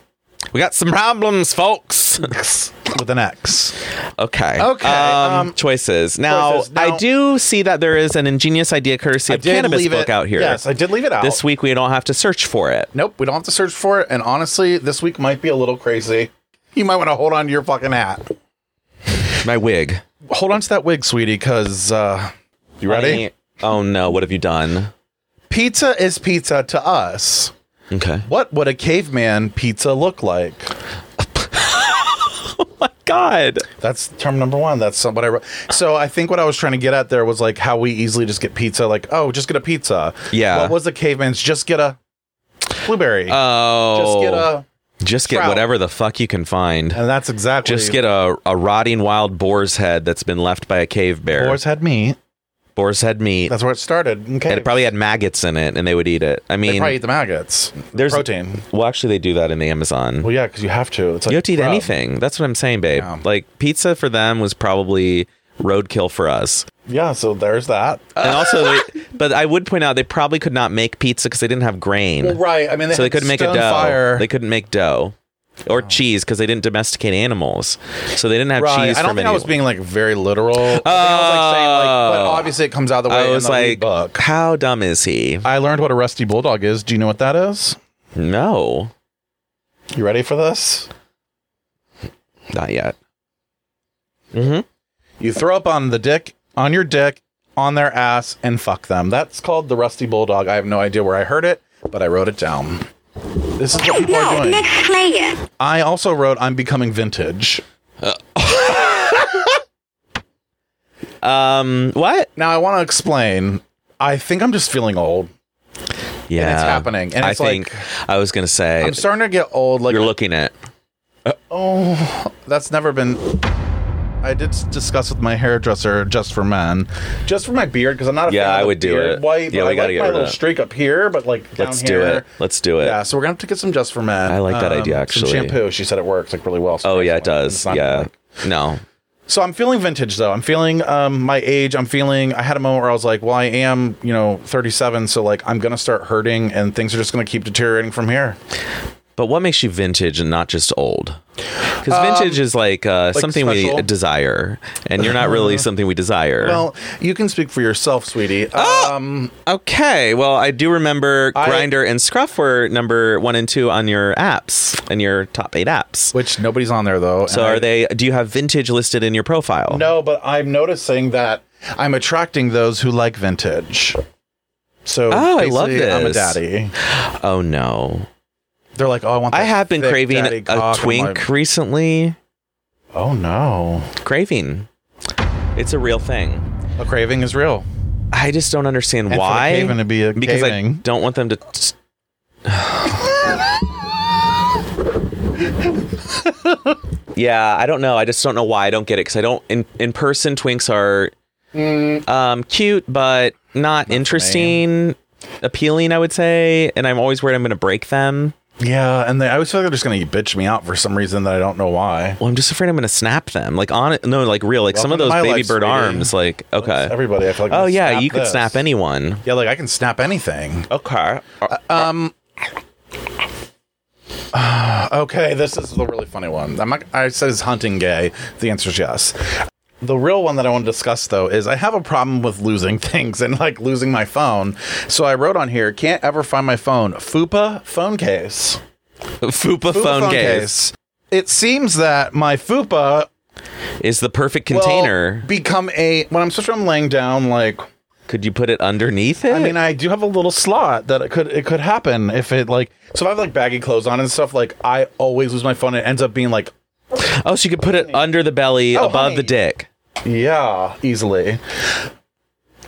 Speaker 2: We got some problems, folks.
Speaker 1: with an X.
Speaker 2: Okay.
Speaker 1: Okay,
Speaker 2: Um,
Speaker 1: um,
Speaker 2: choices. Now,
Speaker 1: choices. Now-
Speaker 2: I do see that there is an ingenious idea courtesy
Speaker 1: I
Speaker 2: of
Speaker 1: did
Speaker 2: cannabis
Speaker 1: leave
Speaker 2: book
Speaker 1: it,
Speaker 2: out here.
Speaker 1: Yes, I did leave it out.
Speaker 2: this week we don't have to search for it.
Speaker 1: Nope, we don't have to search for it. And honestly, this week might be a little crazy. You might want to hold on to your fucking hat.
Speaker 2: My wig.
Speaker 1: Hold on to that wig, sweetie, because uh, you ready?
Speaker 2: Oh no! What have you done?
Speaker 1: Pizza is pizza to us.
Speaker 2: Okay.
Speaker 1: What would a caveman pizza look like?
Speaker 2: My God.
Speaker 1: That's term number one. That's what I wrote. So I think what I was trying to get at there was like how we easily just get pizza. Like, oh, just get a pizza.
Speaker 2: Yeah.
Speaker 1: What was the caveman's? Just get a blueberry. just
Speaker 2: Oh.
Speaker 1: get a.
Speaker 2: Just get
Speaker 1: trout.
Speaker 2: whatever the fuck you can find.
Speaker 1: And that's exactly.
Speaker 2: Just get a, a rotting wild boar's head that's been left by a cave bear.
Speaker 1: Boar's had meat.
Speaker 2: boar's head meat.
Speaker 1: That's where it started. Okay.
Speaker 2: and it probably had maggots in it, and they would eat it. I
Speaker 1: They
Speaker 2: mean,
Speaker 1: probably eat the maggots.
Speaker 2: There's-
Speaker 1: protein.
Speaker 2: well, actually, they do that in the Amazon.
Speaker 1: Well, yeah, because you have to. It's like
Speaker 2: You have to eat
Speaker 1: grub.
Speaker 2: anything. That's what I'm saying, babe.
Speaker 1: Yeah.
Speaker 2: Like pizza for them was probably roadkill for us.
Speaker 1: Yeah, so there's that.
Speaker 2: And also, they, but I would point out they probably could not make pizza because they didn't have grain,
Speaker 1: right. I mean,
Speaker 2: so they couldn't make a dough.
Speaker 1: Fire.
Speaker 2: They couldn't make dough or cheese because they didn't domesticate animals, so they didn't have
Speaker 1: right.
Speaker 2: cheese.
Speaker 1: I don't
Speaker 2: from
Speaker 1: think I was
Speaker 2: anyone.
Speaker 1: being like very literal. I, think I was like saying like, but
Speaker 2: Oh.
Speaker 1: obviously it comes out the way
Speaker 2: I was
Speaker 1: in the
Speaker 2: like,
Speaker 1: like, book.
Speaker 2: how dumb is he?
Speaker 1: I learned what a rusty bulldog is. Do you know what that is?
Speaker 2: No,
Speaker 1: You ready for this?
Speaker 2: not yet. hmm
Speaker 1: You throw up on the dick, on your dick, on their ass, and fuck them. That's called the rusty bulldog. I have no idea where I heard it, but I wrote it down. This is what people are
Speaker 3: No,
Speaker 1: doing.
Speaker 3: next layer.
Speaker 1: I also wrote I'm becoming vintage.
Speaker 2: Um, what?
Speaker 1: Now I want to explain. I think I'm just feeling old.
Speaker 2: Yeah,
Speaker 1: happening. And it's
Speaker 2: I
Speaker 1: like-
Speaker 2: think I was gonna say
Speaker 1: I'm starting to get old. Like,
Speaker 2: you're looking at.
Speaker 1: oh, that's never been. I did s- discuss with my hairdresser just for men, just for my beard because I'm not. A
Speaker 2: Yeah,
Speaker 1: fan of
Speaker 2: I
Speaker 1: the
Speaker 2: would do
Speaker 1: beard
Speaker 2: it.
Speaker 1: White,
Speaker 2: Yeah,
Speaker 1: but
Speaker 2: we
Speaker 1: I like
Speaker 2: gotta get
Speaker 1: my
Speaker 2: rid of
Speaker 1: little
Speaker 2: that.
Speaker 1: streak up here, but like
Speaker 2: Let's
Speaker 1: down
Speaker 2: do
Speaker 1: here.
Speaker 2: it. Let's do it.
Speaker 1: Yeah, so we're gonna have to get some just for men. Um,
Speaker 2: I like that idea, actually.
Speaker 1: Some shampoo. She said it works like really well.
Speaker 2: Oh yeah, it
Speaker 1: surprisingly.
Speaker 2: does.
Speaker 1: It's not
Speaker 2: Yeah.
Speaker 1: like-
Speaker 2: No.
Speaker 1: So I'm feeling vintage though. I'm feeling um, my age. I'm feeling. I had a moment where I was like, "Well, I am, you know, 37. So like, I'm gonna start hurting, and things are just gonna keep deteriorating from here."
Speaker 2: But what makes you vintage and not just old? Because vintage is like, uh, something
Speaker 1: special?
Speaker 2: we desire, and you're not really something we desire.
Speaker 1: Well, you can speak for yourself, sweetie.
Speaker 2: Ah!
Speaker 1: Um,
Speaker 2: okay. Well, I do remember
Speaker 1: I-
Speaker 2: Grinder and Scruff were number one and two on your apps and your top eight apps.
Speaker 1: which nobody's on there though.
Speaker 2: So
Speaker 1: and I-
Speaker 2: are they? Do you have vintage listed in your profile?
Speaker 1: No, but I'm noticing that I'm attracting those who like vintage. So
Speaker 2: Oh, I love
Speaker 1: basically, I'm a
Speaker 2: this.
Speaker 1: daddy.
Speaker 2: Oh no.
Speaker 1: They're like, oh, I want.
Speaker 2: I
Speaker 1: that
Speaker 2: have been
Speaker 1: thick
Speaker 2: craving
Speaker 1: daddy
Speaker 2: a
Speaker 1: cock. I'm
Speaker 2: twink
Speaker 1: like,
Speaker 2: recently.
Speaker 1: oh no,
Speaker 2: Craving. It's a real thing.
Speaker 1: a craving is real.
Speaker 2: I just don't understand
Speaker 1: And for the
Speaker 2: why.
Speaker 1: cave-in to be a
Speaker 2: because I
Speaker 1: caving.
Speaker 2: don't want them to. T- yeah, I don't know. I just don't know why I don't get it because I don't in in person. Twinks are um, cute, but not interesting, appealing. I would say, and I'm always worried I'm going to break them.
Speaker 1: Yeah, and they, I always feel like they're just gonna bitch me out for some reason that I don't know why.
Speaker 2: Well, I'm just afraid I'm gonna snap them. Like on it, no, like real, like some of
Speaker 1: Welcome
Speaker 2: those
Speaker 1: to my
Speaker 2: baby
Speaker 1: life,
Speaker 2: bird
Speaker 1: sweetie.
Speaker 2: arms. Like okay,
Speaker 1: Everybody, I feel like.
Speaker 2: oh
Speaker 1: I'm gonna
Speaker 2: yeah,
Speaker 1: snap
Speaker 2: you could
Speaker 1: this.
Speaker 2: snap anyone. Uh,
Speaker 1: Yeah, like I can snap anything.
Speaker 2: Okay,
Speaker 1: Okay, this is the really funny one. I'm not, I said is hunting gay. The answer is yes. The real one that I want to discuss though is I have a problem with losing things and like losing my phone. So I wrote on here, can't ever find my phone. Fupa phone case. Fupa
Speaker 2: Fupa phone case
Speaker 1: It seems that my Fupa
Speaker 2: is the perfect
Speaker 1: will
Speaker 2: container.
Speaker 1: become a when I'm supposed to I'm laying down like
Speaker 2: Could you put it underneath it?
Speaker 1: I mean, I do have a little slot that it could it could happen if it like so if I have like baggy clothes on and stuff like I always lose my phone. It ends up being like
Speaker 2: oh, so you could put it under the belly,
Speaker 1: Oh,
Speaker 2: above the
Speaker 1: honey.
Speaker 2: dick.
Speaker 1: yeah easily,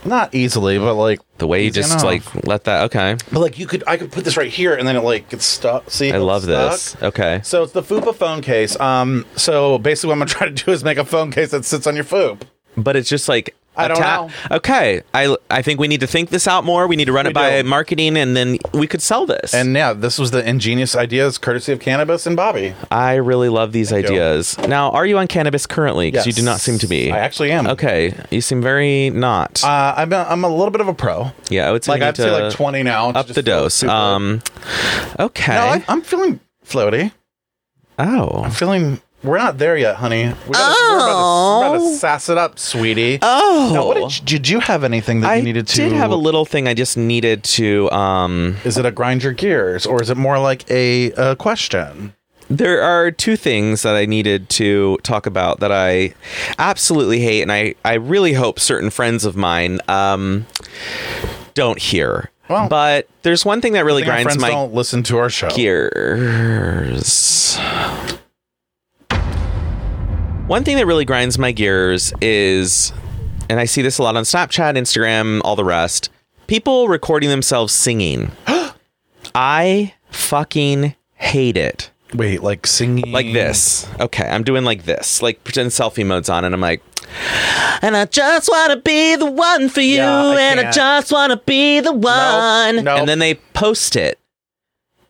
Speaker 1: not easily, but like
Speaker 2: The way you just
Speaker 1: enough.
Speaker 2: like let that. Okay,
Speaker 1: but like you could I could put this right here and then it like gets stuck. See,
Speaker 2: I love this. Okay,
Speaker 1: So it's the Fupa phone case. Um, so basically, what I'm gonna try to do is make a phone case that sits on your Foop.
Speaker 2: but it's just like.
Speaker 1: I don't
Speaker 2: atta-
Speaker 1: know.
Speaker 2: Okay, I I think we need to think this out more. We need to run it by
Speaker 1: do.
Speaker 2: marketing, and then we could sell this.
Speaker 1: And yeah, this was the ingenious ideas courtesy of cannabis and Bobby.
Speaker 2: I really love these
Speaker 1: you.
Speaker 2: ideas. Now, are you on cannabis currently? Because you do not seem to be.
Speaker 1: I actually am.
Speaker 2: Okay, you seem very not.
Speaker 1: Uh, I'm a, I'm a little bit of a pro.
Speaker 2: yeah, I would say
Speaker 1: Like
Speaker 2: you need
Speaker 1: I'd say
Speaker 2: to
Speaker 1: like 20 now. to
Speaker 2: up
Speaker 1: just
Speaker 2: the
Speaker 1: feel
Speaker 2: dose.
Speaker 1: super-
Speaker 2: Um, okay.
Speaker 1: no, I, I'm feeling floaty. I'm
Speaker 2: oh.
Speaker 1: feeling. We're not there yet, honey. We gotta, we're, about to, we're about to sass it up, sweetie.
Speaker 2: Oh.
Speaker 1: Now, what did, you, did you have anything that
Speaker 2: I
Speaker 1: you needed to?
Speaker 2: did have a little thing. I just needed to. Um,
Speaker 1: is it a grind your gears, or is it more like a, a question?
Speaker 2: there are two things that I needed to talk about that I absolutely hate, and I I really hope certain friends of mine um don't hear.
Speaker 1: Well,
Speaker 2: but there's one thing that really
Speaker 1: I think our
Speaker 2: grinds
Speaker 1: friends
Speaker 2: my
Speaker 1: don't listen to our show.
Speaker 2: gears. One thing that really grinds my gears is, and I see this a lot on Snapchat, Instagram, all the rest, people recording themselves singing. I fucking hate it.
Speaker 1: Wait, like singing
Speaker 2: Like this. Okay, I'm doing like this. Like pretend selfie mode's on, and I'm like, and I just wanna be the one for you,
Speaker 1: Yeah, I
Speaker 2: and I
Speaker 1: can't.
Speaker 2: just wanna be the one.
Speaker 1: nope.
Speaker 2: And then they post it.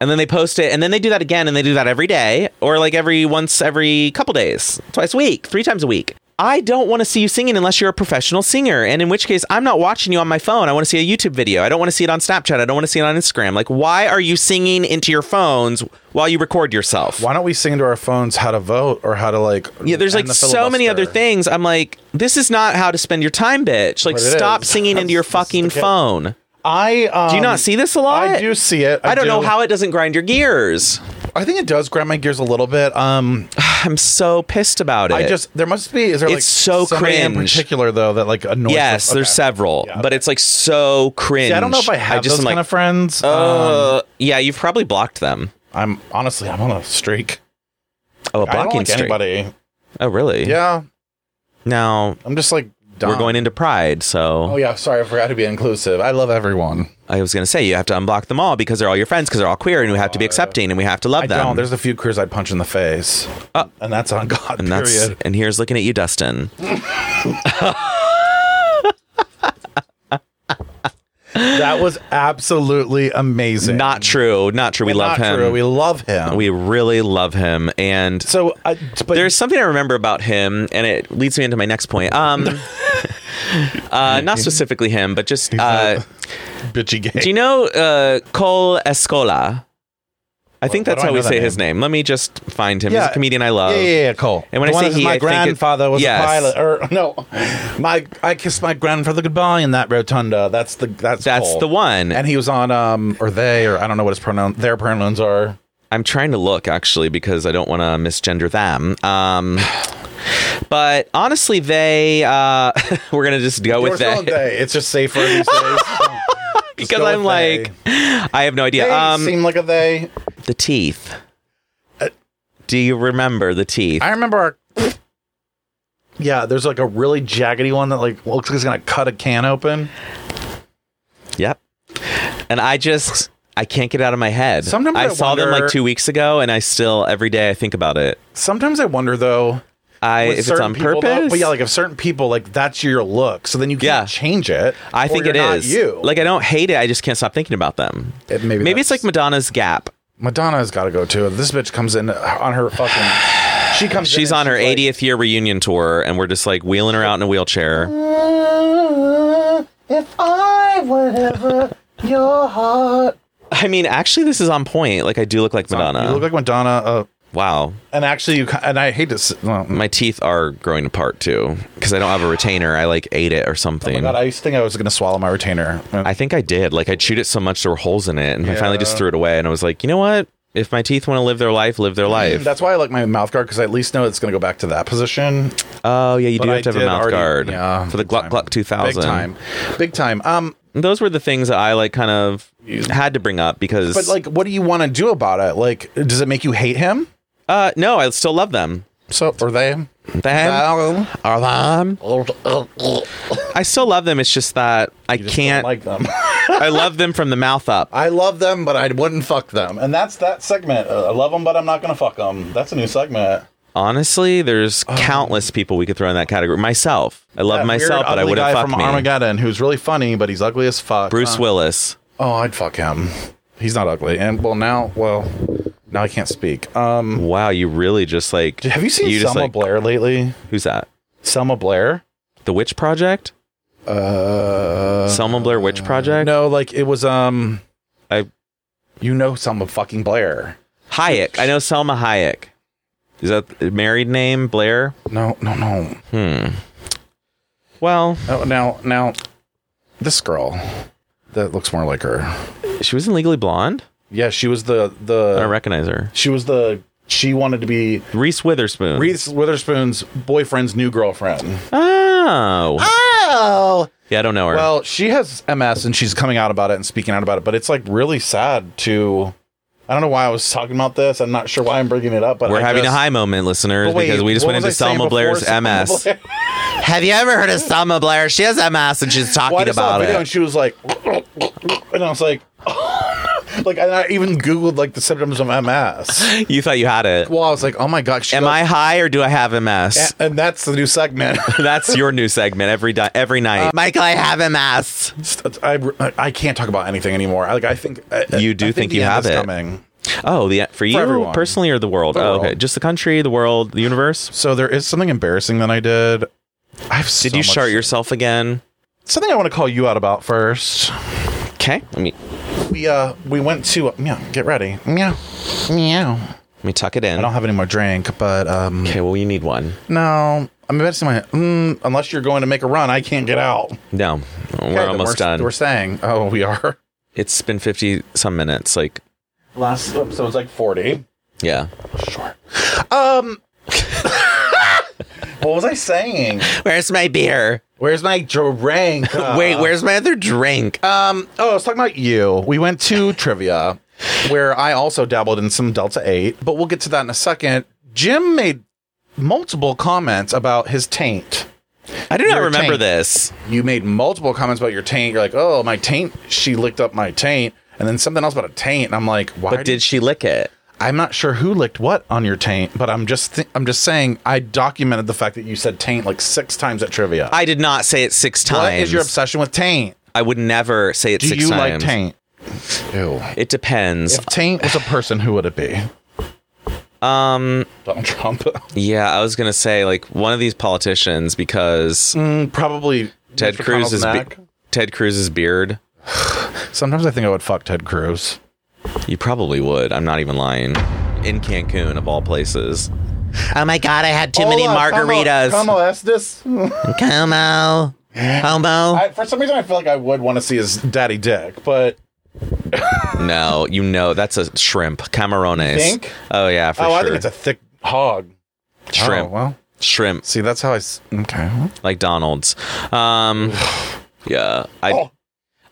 Speaker 2: And then they post it, and then they do that again, and they do that every day, or like every once every couple days, twice a week, three times a week. I don't want to see you singing unless you're a professional singer, and in which case I'm not watching you on my phone. I want to see a YouTube video. I don't want to see it on Snapchat. I don't want to see it on Instagram. Like, why are you singing into your phones while you record yourself?
Speaker 1: Why don't we sing to our phones how to vote or how to like?
Speaker 2: Yeah, there's like
Speaker 1: end the
Speaker 2: so many other
Speaker 1: filibuster?
Speaker 2: things. I'm like, this is not how to spend your time, bitch. Like,
Speaker 1: But it
Speaker 2: stop
Speaker 1: is.
Speaker 2: singing into your
Speaker 1: This is the
Speaker 2: fucking
Speaker 1: kid.
Speaker 2: phone.
Speaker 1: I um,
Speaker 2: Do you not see this a lot?
Speaker 1: I do see it.
Speaker 2: I, don't
Speaker 1: do.
Speaker 2: know how it doesn't grind your gears.
Speaker 1: I think it does grab my gears a little bit. Um,
Speaker 2: I'm so pissed about it.
Speaker 1: I just there must be is there like
Speaker 2: It's so
Speaker 1: somebody in
Speaker 2: cringe.
Speaker 1: particular though that like annoys.
Speaker 2: yes,
Speaker 1: okay.
Speaker 2: there's several,
Speaker 1: Yeah,
Speaker 2: but it's like so cringe.
Speaker 1: Yeah, I don't know if I have
Speaker 2: just
Speaker 1: those
Speaker 2: am
Speaker 1: kind
Speaker 2: like,
Speaker 1: of friends. Um,
Speaker 2: uh, yeah, you've probably blocked them.
Speaker 1: I'm honestly I'm on a streak.
Speaker 2: Oh, a
Speaker 1: I don't
Speaker 2: blocking
Speaker 1: like
Speaker 2: streak.
Speaker 1: anybody.
Speaker 2: Oh, really?
Speaker 1: Yeah,
Speaker 2: Now
Speaker 1: I'm just like dumb.
Speaker 2: we're going into Pride, so
Speaker 1: Oh yeah, sorry, I forgot to be inclusive. I love everyone.
Speaker 2: I was gonna say you have to unblock them all because they're all your friends because they're all queer and we have to be accepting and we have to
Speaker 1: Oh,
Speaker 2: love
Speaker 1: I
Speaker 2: them.
Speaker 1: don't. There's a few queers I'd punch in the face,
Speaker 2: Oh.
Speaker 1: and that's on God.
Speaker 2: And that's
Speaker 1: period.
Speaker 2: and here's looking at you, Dustin.
Speaker 1: that was absolutely amazing.
Speaker 2: Not true. Not true. We love
Speaker 1: Not
Speaker 2: him.
Speaker 1: True. We
Speaker 2: We,
Speaker 1: love him.
Speaker 2: really love him. And
Speaker 1: so, I but
Speaker 2: there's something I remember about him, and it leads me into my next point. Um, uh, not specifically him, but just uh,
Speaker 1: bitchy gay.
Speaker 2: do you know uh, Cole Escola? I think
Speaker 1: Why
Speaker 2: that's
Speaker 1: do I
Speaker 2: how we
Speaker 1: know that
Speaker 2: say his
Speaker 1: name?
Speaker 2: name. Let me just find him. He's
Speaker 1: Yeah.
Speaker 2: a comedian I love.
Speaker 1: Yeah, yeah, yeah, Cole.
Speaker 2: And when
Speaker 1: The
Speaker 2: I
Speaker 1: one
Speaker 2: say
Speaker 1: that's
Speaker 2: he, I
Speaker 1: my
Speaker 2: think it-
Speaker 1: grandfather was
Speaker 2: Yes.
Speaker 1: a pilot, or no, my I kissed my grandfather goodbye in that rotunda. That's the that's
Speaker 2: That's
Speaker 1: Cole.
Speaker 2: the one.
Speaker 1: And he was on um or they or I don't know what his pronoun their pronouns are.
Speaker 2: I'm trying to look actually because I don't want to misgender them. Um, but honestly, they uh, we're gonna just go
Speaker 1: We're
Speaker 2: with
Speaker 1: still
Speaker 2: they
Speaker 1: on they. It's just safer these days Just
Speaker 2: because
Speaker 1: go
Speaker 2: I'm
Speaker 1: with
Speaker 2: like I have no
Speaker 1: they.
Speaker 2: idea.
Speaker 1: They
Speaker 2: Um,
Speaker 1: seem like a they.
Speaker 2: the teeth. Do you remember the teeth?
Speaker 1: Uh, I remember our. Yeah, there's like a really jaggedy one that like looks like it's gonna cut a can open.
Speaker 2: yep. And I just I can't get it out of my head.
Speaker 1: Sometimes
Speaker 2: I
Speaker 1: I
Speaker 2: saw them
Speaker 1: wonder-
Speaker 2: like two weeks ago, and I still every day I think about it.
Speaker 1: Sometimes I wonder though
Speaker 2: I
Speaker 1: with
Speaker 2: if it's
Speaker 1: certain
Speaker 2: on
Speaker 1: people,
Speaker 2: purpose.
Speaker 1: though- but yeah, like if certain people like that's your look, so then you can't
Speaker 2: Yeah.
Speaker 1: change it.
Speaker 2: I think
Speaker 1: or
Speaker 2: it
Speaker 1: you're
Speaker 2: is.
Speaker 1: Not you
Speaker 2: Like I don't hate it. I just can't stop thinking about them.
Speaker 1: It- maybe
Speaker 2: Maybe it's like
Speaker 1: that's-
Speaker 2: Madonna's Gap.
Speaker 1: Madonna's got to go too. This bitch comes in on her fucking. She comes. in
Speaker 2: She's
Speaker 1: and
Speaker 2: on her
Speaker 1: like,
Speaker 2: 80th year reunion tour, and we're just like wheeling her out in a wheelchair.
Speaker 1: If I were ever your heart.
Speaker 2: I mean, actually, this is on point. Like, I do look like Madonna.
Speaker 1: You look like Madonna. Uh,
Speaker 2: wow,
Speaker 1: and actually, you ki- and I hate to. s- Well,
Speaker 2: my teeth are growing apart too because I don't have a retainer. I like ate it or something.
Speaker 1: Oh my God, I used to think I was gonna swallow my retainer. Uh,
Speaker 2: I think I did. Like I chewed it so much there were holes in it, and I finally just
Speaker 1: Yeah.
Speaker 2: threw it away. And I was like, you know what? If my teeth want to live their life, live their life.
Speaker 1: Mm, That's why I like my mouth guard because I at least know it's gonna go back to that position.
Speaker 2: Oh yeah, you do
Speaker 1: But
Speaker 2: have
Speaker 1: I
Speaker 2: to have a
Speaker 1: did
Speaker 2: mouth
Speaker 1: already-
Speaker 2: guard
Speaker 1: yeah,
Speaker 2: for the
Speaker 1: big
Speaker 2: Gluck
Speaker 1: time.
Speaker 2: Gluck two
Speaker 1: Big
Speaker 2: thousand.
Speaker 1: time, big time. Um,
Speaker 2: Those were the things that I like kind of had to bring up because,
Speaker 1: but like, what do you want to do about it? Like, does it make you hate him?
Speaker 2: uh, no, I still love them.
Speaker 1: So, or they?
Speaker 2: Them
Speaker 1: Um,
Speaker 2: are them. I still love them. It's just that I
Speaker 1: just don't
Speaker 2: can't.
Speaker 1: like them.
Speaker 2: I love them from the mouth up.
Speaker 1: I love them, but I wouldn't fuck them. And that's that segment. Uh, I love them, but I'm not gonna fuck them. That's a new segment.
Speaker 2: Honestly, there's countless people we could throw in that category. Myself, I love
Speaker 1: Oh. That
Speaker 2: myself,
Speaker 1: weird,
Speaker 2: but I
Speaker 1: ugly
Speaker 2: wouldn't
Speaker 1: guy
Speaker 2: fuck
Speaker 1: from
Speaker 2: me.
Speaker 1: Armageddon, who's really funny, but he's ugly as fuck. Uh,
Speaker 2: Bruce Willis.
Speaker 1: Oh, I'd fuck him. He's not ugly. And well, now, well, now I can't speak. Um,
Speaker 2: Wow, you really just like.
Speaker 1: have you seen
Speaker 2: just,
Speaker 1: Selma
Speaker 2: like,
Speaker 1: Blair lately?
Speaker 2: Who's that?
Speaker 1: Selma Blair.
Speaker 2: The Witch Project?
Speaker 1: Uh,
Speaker 2: Selma Blair Witch Project?
Speaker 1: no, like it was. Um,
Speaker 2: I-
Speaker 1: you know, Selma fucking Blair.
Speaker 2: Hayek. I know Selma Hayek. Is that the married name? Blair? Hmm.
Speaker 1: No, no, no.
Speaker 2: Well,
Speaker 1: Oh, now, now, this girl that looks more like her.
Speaker 2: she was in Legally Blonde.
Speaker 1: Yeah, she was the
Speaker 2: I
Speaker 1: the.
Speaker 2: don't recognize her.
Speaker 1: she was the. She wanted to be
Speaker 2: Reese Witherspoon.
Speaker 1: Reese Witherspoon's boyfriend's new girlfriend.
Speaker 2: Oh.
Speaker 1: Oh.
Speaker 2: Yeah, I don't know her.
Speaker 1: Well, she has MS and she's coming out about it and speaking out about it, but it's like really sad to. I don't know why I was talking about this. I'm not sure why I'm bringing it up, but
Speaker 2: We're
Speaker 1: I
Speaker 2: having
Speaker 1: just-
Speaker 2: a high moment, listeners,
Speaker 1: But wait,
Speaker 2: because we just
Speaker 1: what
Speaker 2: went into
Speaker 1: was I saying
Speaker 2: Selma
Speaker 1: before
Speaker 2: Blair's
Speaker 1: Selma
Speaker 2: MS.
Speaker 1: Blair?
Speaker 2: Have you ever heard of Selma Blair? She has MS and she's talking
Speaker 1: Well, I just saw a video and she was like, and I was like, oh, like and I even googled like the symptoms of MS.
Speaker 2: You thought you had it.
Speaker 1: Well, I was like, oh my god, she
Speaker 2: Am
Speaker 1: got-
Speaker 2: I high or do I have MS?
Speaker 1: And that's the new segment.
Speaker 2: That's your new segment every di- every
Speaker 1: Uh,
Speaker 2: night. Michael, I have MS.
Speaker 1: I, I can't talk about anything anymore. Like I think I-
Speaker 2: You do
Speaker 1: I
Speaker 2: think
Speaker 1: the
Speaker 2: you
Speaker 1: end
Speaker 2: have
Speaker 1: is
Speaker 2: it.
Speaker 1: Coming.
Speaker 2: Oh, the for you
Speaker 1: everyone.
Speaker 2: personally or the world? oh, okay,
Speaker 1: world.
Speaker 2: just the country, the world, the universe.
Speaker 1: So there is something embarrassing that I did. I've
Speaker 2: Did you
Speaker 1: much-
Speaker 2: shart yourself again?
Speaker 1: something I want to call you out about first.
Speaker 2: Okay, let me
Speaker 1: We uh we went to yeah get ready yeah yeah.
Speaker 2: let me tuck it
Speaker 1: I
Speaker 2: in.
Speaker 1: don't have any more drink, but um
Speaker 2: Okay, well you need one.
Speaker 1: no. I'm about to say my mm, unless you're going to make a run, I can't get out.
Speaker 2: No,
Speaker 1: Okay,
Speaker 2: we're
Speaker 1: then
Speaker 2: almost done.
Speaker 1: We're staying. Oh, we are.
Speaker 2: It's been fifty some minutes. Like,
Speaker 1: Last episode was like 40.
Speaker 2: yeah.
Speaker 1: Sure. Um. what was I saying?
Speaker 2: Where's my beer?
Speaker 1: Where's my drink?
Speaker 2: Wait, where's my other drink?
Speaker 1: Um. Oh, I was talking about you. We went to trivia, where I also dabbled in some Delta Eight, but we'll get to that in a second. Jim made multiple comments about his taint.
Speaker 2: I do not
Speaker 1: your
Speaker 2: remember
Speaker 1: tank.
Speaker 2: this.
Speaker 1: You made multiple comments about your taint. You're like, oh, my taint. She licked up my taint, and then something else about a taint. And I'm like, why?
Speaker 2: But did she lick it?
Speaker 1: I'm not sure who licked what on your taint, but I'm just th- I'm just saying I documented the fact that you said taint like six times at trivia.
Speaker 2: I did not say it six times.
Speaker 1: what is your obsession with taint?
Speaker 2: I would never say it
Speaker 1: Do
Speaker 2: six
Speaker 1: you
Speaker 2: times.
Speaker 1: like taint? Ew.
Speaker 2: It depends.
Speaker 1: If taint was a person, who would it be? Um,
Speaker 2: Um,
Speaker 1: Donald Trump.
Speaker 2: Yeah, I was gonna say like one of these politicians because
Speaker 1: Mm, Probably
Speaker 2: Ted
Speaker 1: Mitch
Speaker 2: Cruz's
Speaker 1: McConnell's
Speaker 2: be- Ted Cruz's beard.
Speaker 1: Sometimes I think I would fuck Ted Cruz.
Speaker 2: You probably would. I'm not even lying. In Cancun, of all places. Oh my God, I had too
Speaker 1: Como this.
Speaker 2: Como. Homo.
Speaker 1: I, for some reason, I feel like I would want to see his daddy dick, but
Speaker 2: No, you know that's a shrimp. Camarones.
Speaker 1: Think?
Speaker 2: Oh yeah, for
Speaker 1: oh,
Speaker 2: sure.
Speaker 1: I think it's a thick hog.
Speaker 2: shrimp.
Speaker 1: Oh, well,
Speaker 2: Shrimp,
Speaker 1: see, that's how I. s- Okay.
Speaker 2: like Donald's. Um, yeah. I.
Speaker 1: Oh.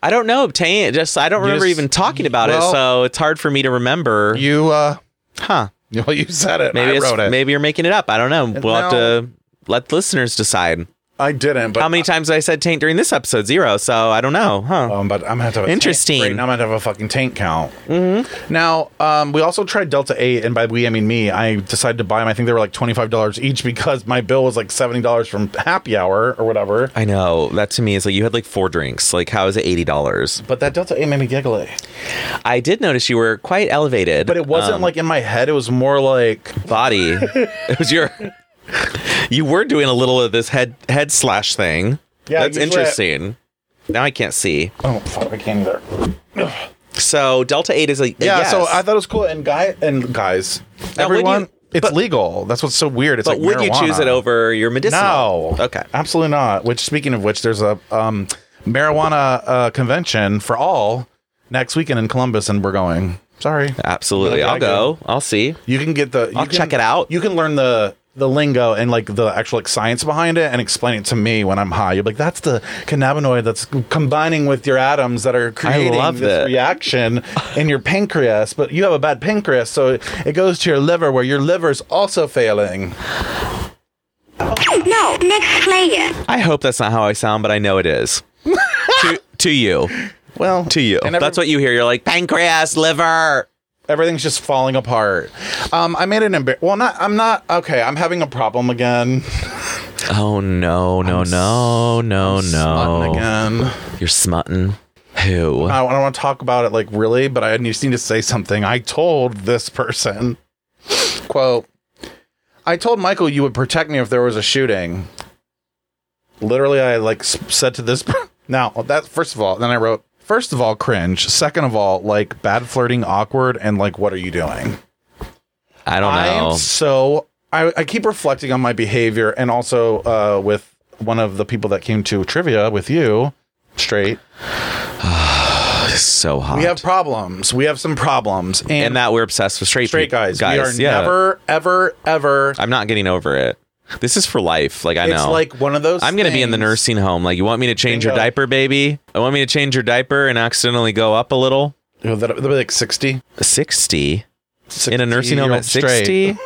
Speaker 2: I don't know. Taint. Just I don't remember
Speaker 1: just-
Speaker 2: even talking about it,
Speaker 1: well-
Speaker 2: so it's hard for me to remember.
Speaker 1: You uh
Speaker 2: huh?
Speaker 1: well you said it.
Speaker 2: Maybe
Speaker 1: I
Speaker 2: it's,
Speaker 1: wrote it.
Speaker 2: maybe you're making it up. I don't know. We'll have
Speaker 1: now- Uh,
Speaker 2: to let listeners decide.
Speaker 1: I didn't. But
Speaker 2: How many times I said taint during this episode? Zero. So I don't know, huh?
Speaker 1: Um, but I'm gonna have to have a
Speaker 2: Interesting.
Speaker 1: Taint, right? I'm gonna have a fucking tank count. Mm-hmm. Now, um, we also tried Delta Eight, and by we I mean me. I decided to buy them. I think they were like twenty five dollars each because my bill was like seventy dollars from Happy Hour or whatever.
Speaker 2: I know that to me is like you had like four drinks. Like how is it eighty dollars?
Speaker 1: But that Delta Eight made me giggle.
Speaker 2: I did notice you were quite elevated,
Speaker 1: But it wasn't like in my head. It was more like
Speaker 2: body. it was your. you were doing a little of this head head slash thing.
Speaker 1: Yeah,
Speaker 2: that's
Speaker 1: usually I-
Speaker 2: interesting. Now I can't see.
Speaker 1: oh fuck, I can't either.
Speaker 2: So Delta Eight is a
Speaker 1: Yeah, so I
Speaker 2: yes.
Speaker 1: thought it was cool. And guy and guys,
Speaker 2: Now, would
Speaker 1: everyone,
Speaker 2: you-
Speaker 1: it's
Speaker 2: but-
Speaker 1: legal. That's what's so weird. It's
Speaker 2: but
Speaker 1: like
Speaker 2: would you choose
Speaker 1: marijuana.
Speaker 2: it over your medicinal?
Speaker 1: No.
Speaker 2: Okay.
Speaker 1: Absolutely not. Which, speaking of which, there's a um, marijuana uh, convention for all next weekend in Columbus, and we're going. Sorry.
Speaker 2: Absolutely.
Speaker 1: Yeah,
Speaker 2: I'll
Speaker 1: I
Speaker 2: go. I'll see.
Speaker 1: You can get the. You
Speaker 2: I'll
Speaker 1: can-
Speaker 2: check it out.
Speaker 1: You can learn the the lingo and like the actual like science behind it and explain it to me when I'm high. You're like, that's the cannabinoid that's combining with your atoms that are creating
Speaker 2: love
Speaker 1: this
Speaker 2: that.
Speaker 1: reaction in your pancreas. But you have a bad pancreas, so it goes to your liver, where your liver's also failing.
Speaker 3: No, next player.
Speaker 2: I hope that's not how I sound, but I know it is. to, to you.
Speaker 1: Well,
Speaker 2: To you.
Speaker 1: and every-
Speaker 2: that's what you hear. You're like pancreas, liver.
Speaker 1: everything's just falling apart. Um, I made an embar- well, not I'm not okay. I'm having a problem again.
Speaker 2: Oh no, no, no, Oh, no,
Speaker 1: Smutting
Speaker 2: no.
Speaker 1: again.
Speaker 2: You're smutting. Who?
Speaker 1: I, don't want to talk about it like really, but I just need to say something. I told this person, quote, I told Michael you would protect me if there was a shooting. Literally, I like s- said to this. per- Now that first of all, then I wrote. First of all, cringe. Second of all, like bad flirting, awkward, and like, what are you doing?
Speaker 2: I don't
Speaker 1: I
Speaker 2: know.
Speaker 1: am so I, I keep reflecting on my behavior and also uh, with one of the people that came to trivia with you straight.
Speaker 2: so hot.
Speaker 1: We have problems. We have some problems. And,
Speaker 2: and that we're obsessed with straight
Speaker 1: straight
Speaker 2: peop-
Speaker 1: guys,
Speaker 2: Guys,
Speaker 1: we are
Speaker 2: yeah.
Speaker 1: never, ever, ever.
Speaker 2: I'm not getting over it. This is for life. Like I
Speaker 1: It's
Speaker 2: know.
Speaker 1: like one of those
Speaker 2: I'm going to be in the
Speaker 1: things-
Speaker 2: nursing home. Like you want me to change your
Speaker 1: Bingo.
Speaker 2: diaper, baby? I want me to change your diaper and accidentally go up a little.
Speaker 1: You know, that'll be like 60.
Speaker 2: 60 in a nursing home at
Speaker 1: 60-year-old
Speaker 2: 60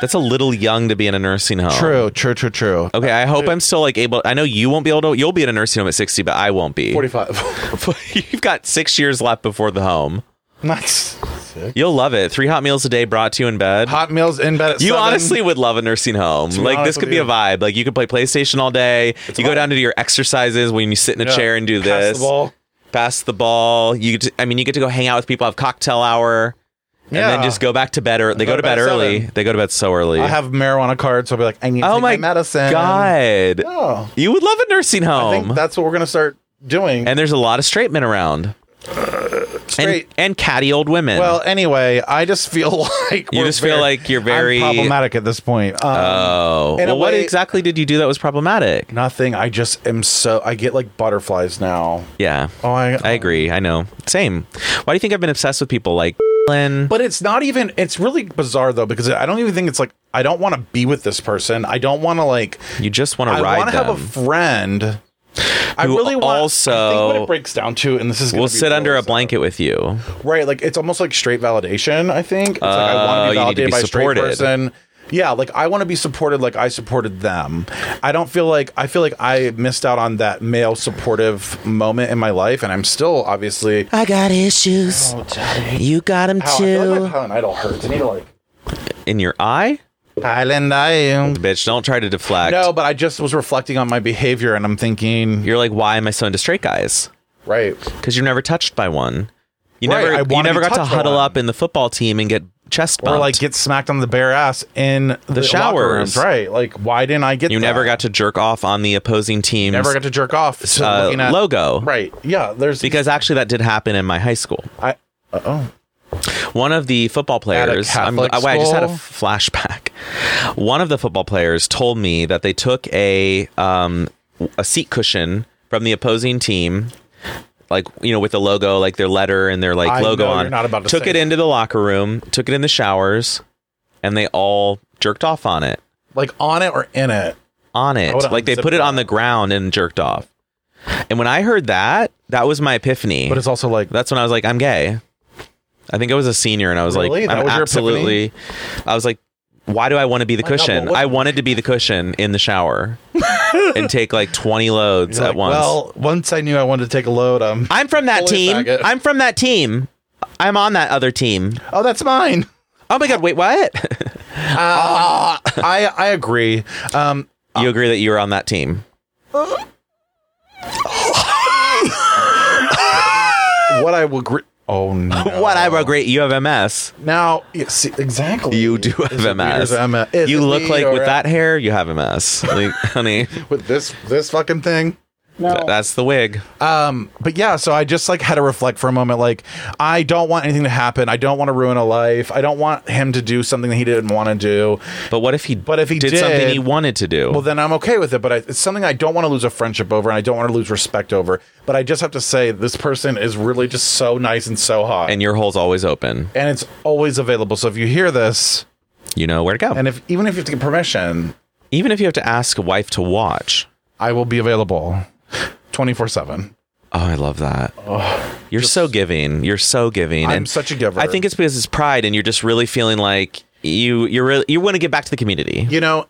Speaker 2: that's a little young to be in a nursing home
Speaker 1: True, true, true, true.
Speaker 2: okay i hope i'm still like able i know you won't be able to you'll be in a nursing home at 60 but i won't be
Speaker 1: 45.
Speaker 2: you've got six years left before the home
Speaker 1: Nice.
Speaker 2: you'll love it three hot meals a day brought to you in bed
Speaker 1: Hot meals in bed at
Speaker 2: you
Speaker 1: seven.
Speaker 2: honestly would love a nursing home.
Speaker 1: be
Speaker 2: Like
Speaker 1: honest
Speaker 2: this could
Speaker 1: with
Speaker 2: be a
Speaker 1: you.
Speaker 2: vibe. Like you could play PlayStation all day. you go
Speaker 1: vibe.
Speaker 2: down to do your exercises when you sit in a
Speaker 1: Yeah.
Speaker 2: chair and do
Speaker 1: Pass
Speaker 2: this.
Speaker 1: the ball.
Speaker 2: pass the ball. You, get to, I mean, you get to go hang out with people, have cocktail hour,
Speaker 1: Yeah.
Speaker 2: and then just go back to bed. Or they go, to
Speaker 1: at
Speaker 2: bed, early.
Speaker 1: seven.
Speaker 2: They go to bed so early.
Speaker 1: I have marijuana cards, so I'll be like, I need to
Speaker 2: oh
Speaker 1: take my
Speaker 2: my
Speaker 1: medicine.
Speaker 2: god,
Speaker 1: Oh.
Speaker 2: you would love a nursing
Speaker 1: I think
Speaker 2: home.
Speaker 1: that's what we're gonna start doing.
Speaker 2: Um, And there's a lot of straight men around, and
Speaker 1: Straight.
Speaker 2: and catty old women.
Speaker 1: well, anyway, I just feel like
Speaker 2: You
Speaker 1: we're
Speaker 2: just feel like you're very-
Speaker 1: I'm problematic at this point. Um,
Speaker 2: oh,
Speaker 1: in a
Speaker 2: well, what
Speaker 1: way-
Speaker 2: exactly did you do that was problematic?
Speaker 1: nothing. I just am so I get like butterflies now.
Speaker 2: Yeah,
Speaker 1: Oh, I,
Speaker 2: I agree. I know. Same. Why do you think I've been obsessed with people like? Lynn?
Speaker 1: But it's not even. It's really bizarre though because I don't even think it's like I don't want to be with this person. I don't want to like.
Speaker 2: You just want
Speaker 1: I
Speaker 2: to ride
Speaker 1: want to have
Speaker 2: them.
Speaker 1: a friend. I
Speaker 2: Who
Speaker 1: really want. I think what
Speaker 2: also-
Speaker 1: it breaks down to, and this is
Speaker 2: we'll sit under a blanket with you.
Speaker 1: right? Like it's almost like straight validation. I think it's like I
Speaker 2: Oh,
Speaker 1: want
Speaker 2: you
Speaker 1: to
Speaker 2: need
Speaker 1: be
Speaker 2: to
Speaker 1: validated
Speaker 2: be
Speaker 1: by a straight
Speaker 2: supported.
Speaker 1: person. Yeah, like I want to be supported like I supported them. I don't feel like I feel like I missed out on that male supportive moment in my life, and I'm still obviously.
Speaker 2: I got issues. You got them
Speaker 1: Ow, Oh, I feel like my Helen Idol hurts. I need to like.
Speaker 2: In your eye?
Speaker 1: Island I am.
Speaker 2: Bitch, don't try to deflect.
Speaker 1: No, but I just was reflecting on my behavior and I'm thinking,
Speaker 2: You're like, why am I so into straight guys?
Speaker 1: right.
Speaker 2: Because you're never touched by one. You
Speaker 1: Right, I
Speaker 2: never, you
Speaker 1: wanna
Speaker 2: never
Speaker 1: be
Speaker 2: got to
Speaker 1: touched by
Speaker 2: huddle
Speaker 1: one.
Speaker 2: up in the football team and get chest bumped.
Speaker 1: Or like get smacked on the bare ass in the, locker
Speaker 2: showers.
Speaker 1: rooms, Right. Like, why didn't I get
Speaker 2: you
Speaker 1: that?
Speaker 2: never got to jerk off on the opposing team's
Speaker 1: never got to jerk off. So
Speaker 2: uh,
Speaker 1: looking at-
Speaker 2: logo.
Speaker 1: Right. Yeah. There's
Speaker 2: Because actually, that did happen in my high school.
Speaker 1: I uh oh.
Speaker 2: One of the football players, I'm-
Speaker 1: Catholic
Speaker 2: I, wait, I just had a
Speaker 1: school?
Speaker 2: flashback. One of the football players told me that they took a um, a seat cushion from the opposing team, like you know, with the logo, like their letter and their like
Speaker 1: I
Speaker 2: logo
Speaker 1: know
Speaker 2: on.
Speaker 1: you're not about to
Speaker 2: took
Speaker 1: say
Speaker 2: it
Speaker 1: that.
Speaker 2: into the locker room, took it in the showers, and they all jerked off on it.
Speaker 1: Like on it or in it.
Speaker 2: On it,
Speaker 1: would've
Speaker 2: like they
Speaker 1: unzipped
Speaker 2: put it on
Speaker 1: that.
Speaker 2: the ground and jerked off. And when I heard that, that was my epiphany.
Speaker 1: But it's also like
Speaker 2: That's when I was like, I'm gay. I think I was a senior and I was
Speaker 1: Really?
Speaker 2: like,
Speaker 1: That
Speaker 2: I'm
Speaker 1: was your
Speaker 2: absolutely. I was like, why do I want to be the
Speaker 1: God,
Speaker 2: cushion?
Speaker 1: but what-
Speaker 2: I wanted to be the cushion in the shower. and take like 20 loads
Speaker 1: Like,
Speaker 2: at once.
Speaker 1: Well, once I knew I wanted to take a load, um,
Speaker 2: I'm from that
Speaker 1: fully
Speaker 2: team.
Speaker 1: faggot.
Speaker 2: I'm from that team. I'm on that other team.
Speaker 1: oh, that's mine.
Speaker 2: Oh my god, wait, what?
Speaker 1: Uh, I I agree. Um,
Speaker 2: you agree that you were on that team?
Speaker 1: what I will agree. Oh no!
Speaker 2: What I regret, you have MS.
Speaker 1: now? yeah, see, exactly.
Speaker 2: You do
Speaker 1: Is it
Speaker 2: have
Speaker 1: me or is
Speaker 2: MS.
Speaker 1: it Emma? Is
Speaker 2: You
Speaker 1: it
Speaker 2: look
Speaker 1: me
Speaker 2: like
Speaker 1: or
Speaker 2: with
Speaker 1: Emma?
Speaker 2: that hair, you have MS. Like, honey,
Speaker 1: with this this fucking thing.
Speaker 2: th- that's the wig.
Speaker 1: Um, but yeah, so I just like had to reflect for a moment. Like, I don't want anything to happen. I don't want to ruin a life. I don't want him to do something that he didn't want to do.
Speaker 2: But what if he?
Speaker 1: But if he
Speaker 2: did, something
Speaker 1: did-
Speaker 2: he wanted to do,
Speaker 1: Well, then I'm okay with it. But I, it's something I don't want to lose a friendship over, and I don't want to lose respect over. But I just have to say, this person is really just so nice and so hot, and,
Speaker 2: and your hole's always open,
Speaker 1: it's always available. So if you hear this,
Speaker 2: you know where to go.
Speaker 1: and if even if you have to get permission,
Speaker 2: Even if you have to ask a wife to watch.
Speaker 1: I will be available, twenty four seven.
Speaker 2: Oh, I love that. you're so giving. You're so giving.
Speaker 1: I'm
Speaker 2: and
Speaker 1: such a giver.
Speaker 2: I think it's because it's pride, and you're just really feeling like you you're really, you want to give back to the community,
Speaker 1: you know.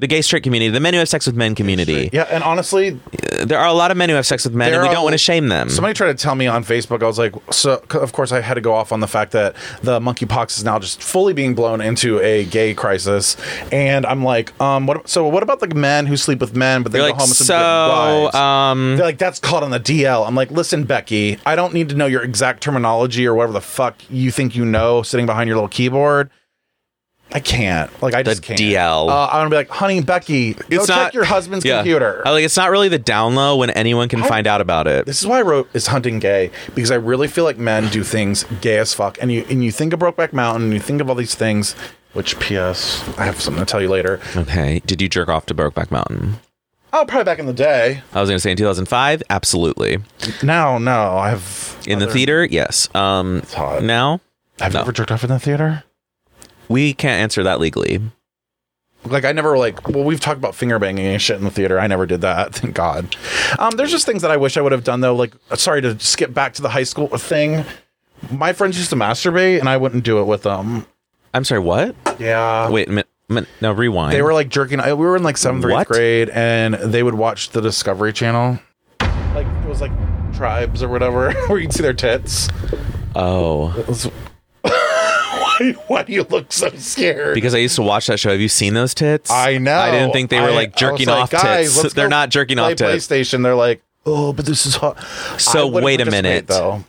Speaker 2: the gay straight community, the men who have sex with men community. Uh,
Speaker 1: Yeah, and honestly,
Speaker 2: There are a lot of men who have sex with men,
Speaker 1: There
Speaker 2: and we
Speaker 1: are-
Speaker 2: don't want to shame them.
Speaker 1: Somebody tried to tell me on Facebook. I was like, so c- of course I had to go off on the fact that the monkeypox is now just fully being blown into a gay crisis, and I'm like, um, what? So what about the men who sleep with men, but they
Speaker 2: You're
Speaker 1: go
Speaker 2: like
Speaker 1: home and sleep with
Speaker 2: so.
Speaker 1: wives?
Speaker 2: Um,
Speaker 1: They're like, that's caught on the DL. I'm like, listen, Becky, I don't need to know your exact terminology or whatever the fuck you think you know sitting behind your little keyboard. I can't. Like, I just can't.
Speaker 2: DL.
Speaker 1: Uh, I'm gonna be like, honey, Becky, go check your husband's
Speaker 2: yeah.
Speaker 1: computer.
Speaker 2: I, like it's not really the down low when anyone can find out about it.
Speaker 1: This is why I wrote "Is Hunting Gay" because I really feel like men do things gay as fuck, and you and you think of Brokeback Mountain, and you think of all these things. Which, P.S., I have something to tell you later.
Speaker 2: Okay, did you jerk off to Brokeback Mountain?
Speaker 1: Oh, probably back in the day.
Speaker 2: I was going to say in 2005, absolutely.
Speaker 1: Now, no, I have
Speaker 2: In the theater, yes. Um,
Speaker 1: hot.
Speaker 2: now
Speaker 1: I've
Speaker 2: No.
Speaker 1: never jerked off in the theater.
Speaker 2: we can't answer that legally.
Speaker 1: Like I never like. Well, we've talked about finger banging and shit in the theater. I never did that. Thank God. Um, there's just things that I wish I would have done though. Like, sorry to skip back to the high school thing. My friends used to masturbate, and I wouldn't do it with them.
Speaker 2: I'm sorry, what?
Speaker 1: Yeah.
Speaker 2: Oh, Wait, a minute. min- no, rewind.
Speaker 1: They were like jerking. I- We were in like seventh or
Speaker 2: What?
Speaker 1: eighth grade, and they would watch the Discovery Channel. Like it was like tribes or whatever, where you'd see their tits.
Speaker 2: oh,
Speaker 1: Why, why do you look so scared?
Speaker 2: because I used to watch that show. Have you seen those tits?
Speaker 1: I know.
Speaker 2: I didn't think they were
Speaker 1: I- I
Speaker 2: like
Speaker 1: was
Speaker 2: jerking
Speaker 1: like,
Speaker 2: off
Speaker 1: "Guys,
Speaker 2: tits.
Speaker 1: let's
Speaker 2: They're
Speaker 1: go
Speaker 2: not jerking
Speaker 1: play
Speaker 2: off tits.
Speaker 1: PlayStation. They're like, oh, but this is hot.
Speaker 2: So
Speaker 1: I wouldn't
Speaker 2: wait a
Speaker 1: participate,
Speaker 2: minute.
Speaker 1: though.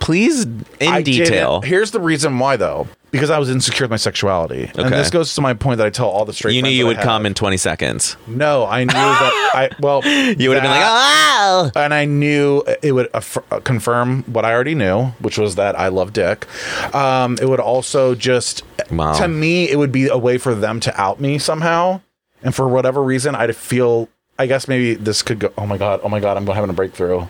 Speaker 2: Please, in
Speaker 1: I didn't-
Speaker 2: detail.
Speaker 1: Here's the reason why, though, because I was insecure with my sexuality, and
Speaker 2: Okay.
Speaker 1: this goes to my point that I tell all the straight.
Speaker 2: You knew
Speaker 1: friends
Speaker 2: you
Speaker 1: that I
Speaker 2: would
Speaker 1: have.
Speaker 2: come in 20 seconds.
Speaker 1: No, I knew that. I well,
Speaker 2: You would have been like, oh.
Speaker 1: and I knew it would aff- confirm what I already knew, which was that I love dick. Um, it would also just,
Speaker 2: Wow.
Speaker 1: to me, it would be a way for them to out me somehow. And for whatever reason, I'd feel, I guess maybe this could go, oh my God, oh my God, I'm having a breakthrough.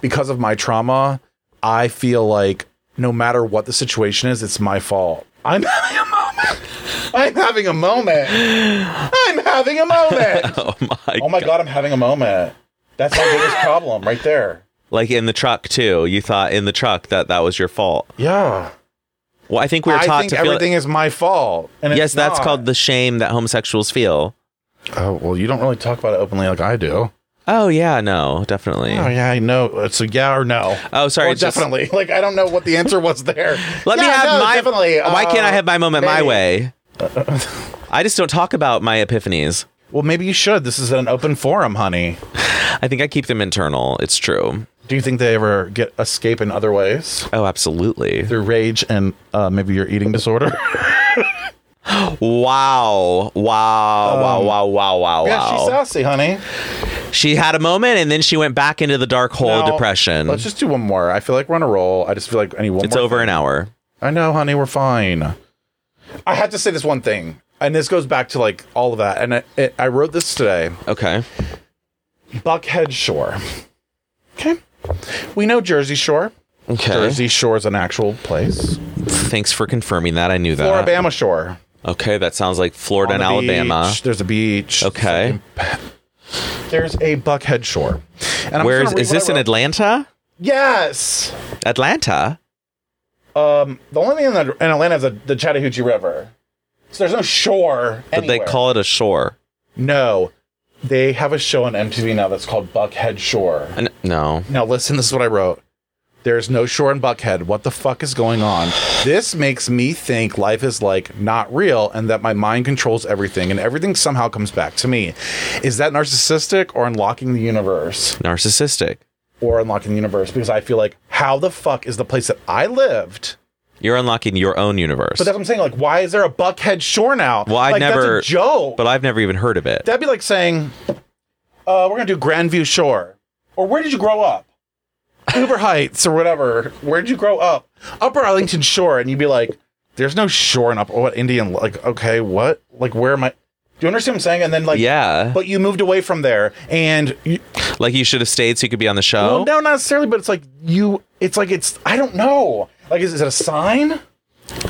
Speaker 1: Because of my trauma, I feel like no matter what the situation is, it's my fault. I'm having a moment. I'm having a moment. I'm having a moment.
Speaker 2: Oh my.
Speaker 1: Oh my god, I'm having a moment. That's my biggest problem right there.
Speaker 2: Like in the truck, too. You thought in the truck that that was your fault.
Speaker 1: Yeah.
Speaker 2: Well, I think we were taught
Speaker 1: I think
Speaker 2: to feel.
Speaker 1: everything is my fault. And it's
Speaker 2: yes, that's
Speaker 1: not.
Speaker 2: called the shame that homosexuals feel.
Speaker 1: Oh well, you don't really talk about it openly like I do.
Speaker 2: Oh, yeah, no, definitely.
Speaker 1: Oh yeah, I know. So yeah or no?
Speaker 2: Oh, sorry.
Speaker 1: or
Speaker 2: just-
Speaker 1: definitely. Like I don't know what the answer was there.
Speaker 2: Let me
Speaker 1: Yeah,
Speaker 2: have
Speaker 1: no,
Speaker 2: my.
Speaker 1: Definitely.
Speaker 2: why can't I
Speaker 1: Uh,
Speaker 2: have my moment my
Speaker 1: maybe.
Speaker 2: way? I just don't talk about my epiphanies.
Speaker 1: Well, maybe you should. This is an open forum, honey.
Speaker 2: I think I keep them internal. It's true.
Speaker 1: Do you think they ever get escape in other ways
Speaker 2: Oh, absolutely.
Speaker 1: through rage and uh, maybe your eating disorder?
Speaker 2: Wow. Wow. wow. Wow. Wow. Wow.
Speaker 1: Um, yeah, she's
Speaker 2: Wow.
Speaker 1: sassy, honey.
Speaker 2: She had a moment and then she went back into the dark hole
Speaker 1: Now,
Speaker 2: depression.
Speaker 1: Let's just do one more. I feel like we're on a roll. I just feel like I need one
Speaker 2: it's
Speaker 1: more
Speaker 2: over an hour.
Speaker 1: I know, honey, we're fine. I had to say this one thing, and this goes back to like all of that. And I, it, I wrote this today
Speaker 2: Okay.
Speaker 1: Buckhead Shore. Okay. We know Jersey Shore.
Speaker 2: Okay.
Speaker 1: Jersey Shore is an actual place.
Speaker 2: Thanks for confirming that. I knew that.
Speaker 1: Alabama Shore.
Speaker 2: Okay. That sounds like Florida and
Speaker 1: On the
Speaker 2: Alabama.
Speaker 1: beach, there's a beach.
Speaker 2: Okay.
Speaker 1: There's a Buckhead Shore. And I'm
Speaker 2: Where
Speaker 1: just
Speaker 2: is,
Speaker 1: gonna
Speaker 2: is
Speaker 1: read
Speaker 2: this
Speaker 1: what
Speaker 2: in
Speaker 1: I wrote.
Speaker 2: Atlanta?
Speaker 1: Yes.
Speaker 2: Atlanta?
Speaker 1: Um, the only thing in, the, in Atlanta is the, the Chattahoochee River. So there's no shore.
Speaker 2: But they
Speaker 1: anywhere.
Speaker 2: call it a shore.
Speaker 1: No. They have a show on MTV now that's called Buckhead Shore.
Speaker 2: N- No.
Speaker 1: Now listen, this is what I wrote. There's no shore in Buckhead. What the fuck is going on? This makes me think life is like not real and that my mind controls everything and everything somehow comes back to me. Is that narcissistic or unlocking the universe?
Speaker 2: Narcissistic.
Speaker 1: Or unlocking the universe because I feel like how the fuck is the place that I lived?
Speaker 2: You're unlocking your own universe.
Speaker 1: But that's what I'm saying. Like, why is there a Buckhead shore now?
Speaker 2: well, I
Speaker 1: like,
Speaker 2: never
Speaker 1: That's a joke.
Speaker 2: But I've never even heard of it.
Speaker 1: That'd be like saying, uh, we're going to do Grandview Shore. Or where did you grow up? Uber Heights or whatever. Where did you grow up? Upper Arlington Shore. And you'd be like, there's no shore in Upper what, Indian. Like, okay, what? Like, where am I? Do you understand what I'm saying? And then, like,
Speaker 2: yeah.
Speaker 1: But you moved away from there. And, you,
Speaker 2: like you should have stayed so you could be on the show.
Speaker 1: well, no, not necessarily, but it's like you, it's like it's, I don't know. Like, is, is it a sign?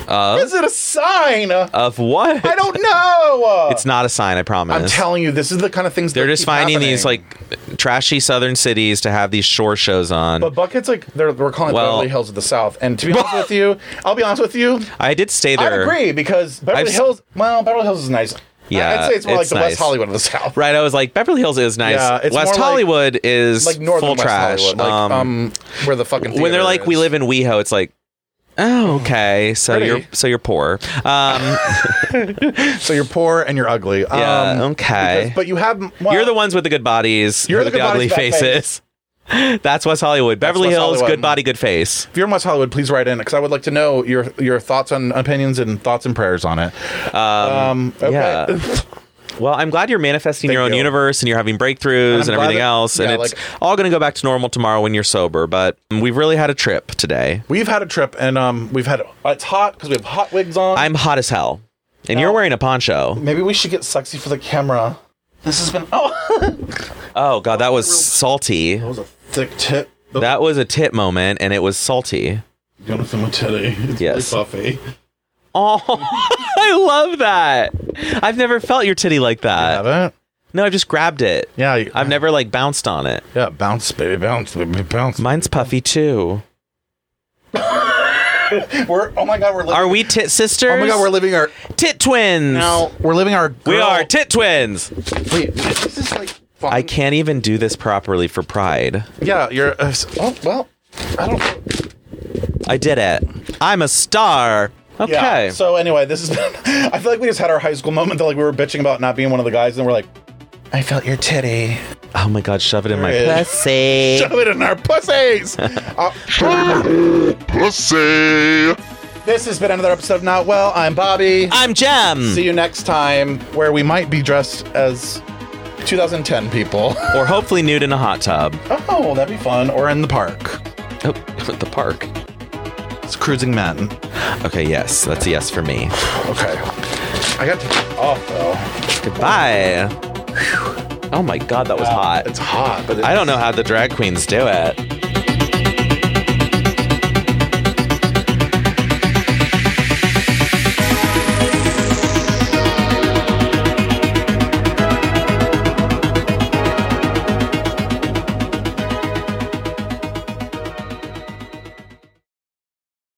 Speaker 2: Of?
Speaker 1: Is it a sign?
Speaker 2: Of what?
Speaker 1: I don't know.
Speaker 2: It's not a sign, I promise.
Speaker 1: I'm telling you, this is the kind of things
Speaker 2: They're
Speaker 1: that
Speaker 2: just
Speaker 1: keep
Speaker 2: finding
Speaker 1: happening.
Speaker 2: these like trashy southern cities to have these shore shows on.
Speaker 1: But Buckhead's like they're we're calling it
Speaker 2: Well-
Speaker 1: Beverly Hills of the South. And to be honest with you, I'll be honest with you,
Speaker 2: I did stay
Speaker 1: I
Speaker 2: there.
Speaker 1: agree because Beverly
Speaker 2: I've s-
Speaker 1: Hills. Well, Beverly Hills is nice. I-
Speaker 2: Yeah,
Speaker 1: I'd say it's more like
Speaker 2: it's
Speaker 1: the
Speaker 2: nice.
Speaker 1: West Hollywood of the South.
Speaker 2: Right, I was like Beverly Hills is nice.
Speaker 1: Yeah, it's
Speaker 2: West
Speaker 1: more like-
Speaker 2: Hollywood is
Speaker 1: Like northern
Speaker 2: full
Speaker 1: West
Speaker 2: trash.
Speaker 1: Hollywood, like um,
Speaker 2: um,
Speaker 1: where the fucking
Speaker 2: when they're
Speaker 1: theater
Speaker 2: like we
Speaker 1: is.
Speaker 2: live in WeHo, it's like oh okay, so
Speaker 1: Pretty.
Speaker 2: you're so you're poor. Um,
Speaker 1: So you're poor and you're ugly. Um,
Speaker 2: yeah, okay.
Speaker 1: because- but you have well,
Speaker 2: you're the ones with the good bodies.
Speaker 1: You're
Speaker 2: with
Speaker 1: the good
Speaker 2: ugly
Speaker 1: bodies, bad
Speaker 2: faces. That's West Hollywood. Beverly
Speaker 1: West
Speaker 2: Hills,
Speaker 1: Hollywood.
Speaker 2: good body, good face.
Speaker 1: If you're in West Hollywood, please write in because I would like to know your your thoughts on opinions and thoughts and prayers on it. Um, okay.
Speaker 2: yeah. Well, I'm glad you're manifesting your own
Speaker 1: you.
Speaker 2: universe and you're having breakthroughs
Speaker 1: And
Speaker 2: and,
Speaker 1: I'm glad
Speaker 2: everything
Speaker 1: that-
Speaker 2: else. And
Speaker 1: yeah,
Speaker 2: it's
Speaker 1: like-
Speaker 2: all going to go back to normal tomorrow when you're sober. But we've really had a trip today.
Speaker 1: We've had a trip and um, we've had it's hot because we have hot wigs on.
Speaker 2: I'm hot as hell. And you're wearing a poncho.
Speaker 1: Maybe we should get sexy for the camera. This has been oh.
Speaker 2: Oh, God, that was salty.
Speaker 1: That was a thick tip. Oh, That's
Speaker 2: That was a tit moment and it was salty.
Speaker 1: Jonathan Matete. It's
Speaker 2: Yes.
Speaker 1: really puffy.
Speaker 2: Oh, I love that. I've never felt your titty like that.
Speaker 1: Haven't?
Speaker 2: No, I've just grabbed it.
Speaker 1: Yeah. You,
Speaker 2: I've never like bounced on it.
Speaker 1: yeah, bounce, baby, bounce, baby, bounce.
Speaker 2: Mine's puffy too.
Speaker 1: We're oh my god, we're living,
Speaker 2: Are we tit sisters?
Speaker 1: oh my god, we're living our
Speaker 2: tit twins.
Speaker 1: now we're living our
Speaker 2: we
Speaker 1: girl-
Speaker 2: are tit twins.
Speaker 1: Wait, this is like fucking,
Speaker 2: I can't even do this properly for pride.
Speaker 1: yeah, you're uh, s- oh well, I don't.
Speaker 2: I did it. I'm a star. Okay.
Speaker 1: Yeah. So anyway, this has been. I feel like we just had our high school moment that like we were bitching about not being one of the guys, and we're like, I felt your titty.
Speaker 2: oh my god, shove it in my
Speaker 1: There it is.
Speaker 2: pussy.
Speaker 1: Shove it in our pussies. Uh,
Speaker 3: Pussy!
Speaker 1: this has been another episode of Not Well. I'm Bobby.
Speaker 2: I'm Jem.
Speaker 1: See you next time, where we might be dressed as 2010 people.
Speaker 2: Or hopefully nude in a hot tub.
Speaker 1: oh, that'd be fun. Or in the park.
Speaker 2: Oh, the park.
Speaker 1: It's cruising men.
Speaker 2: Okay, yes, that's a yes for me.
Speaker 1: Okay. I got to take off though.
Speaker 2: Goodbye. Oh my god, that was hot.
Speaker 1: It's hot, but it,
Speaker 2: I don't know how the drag queens do it.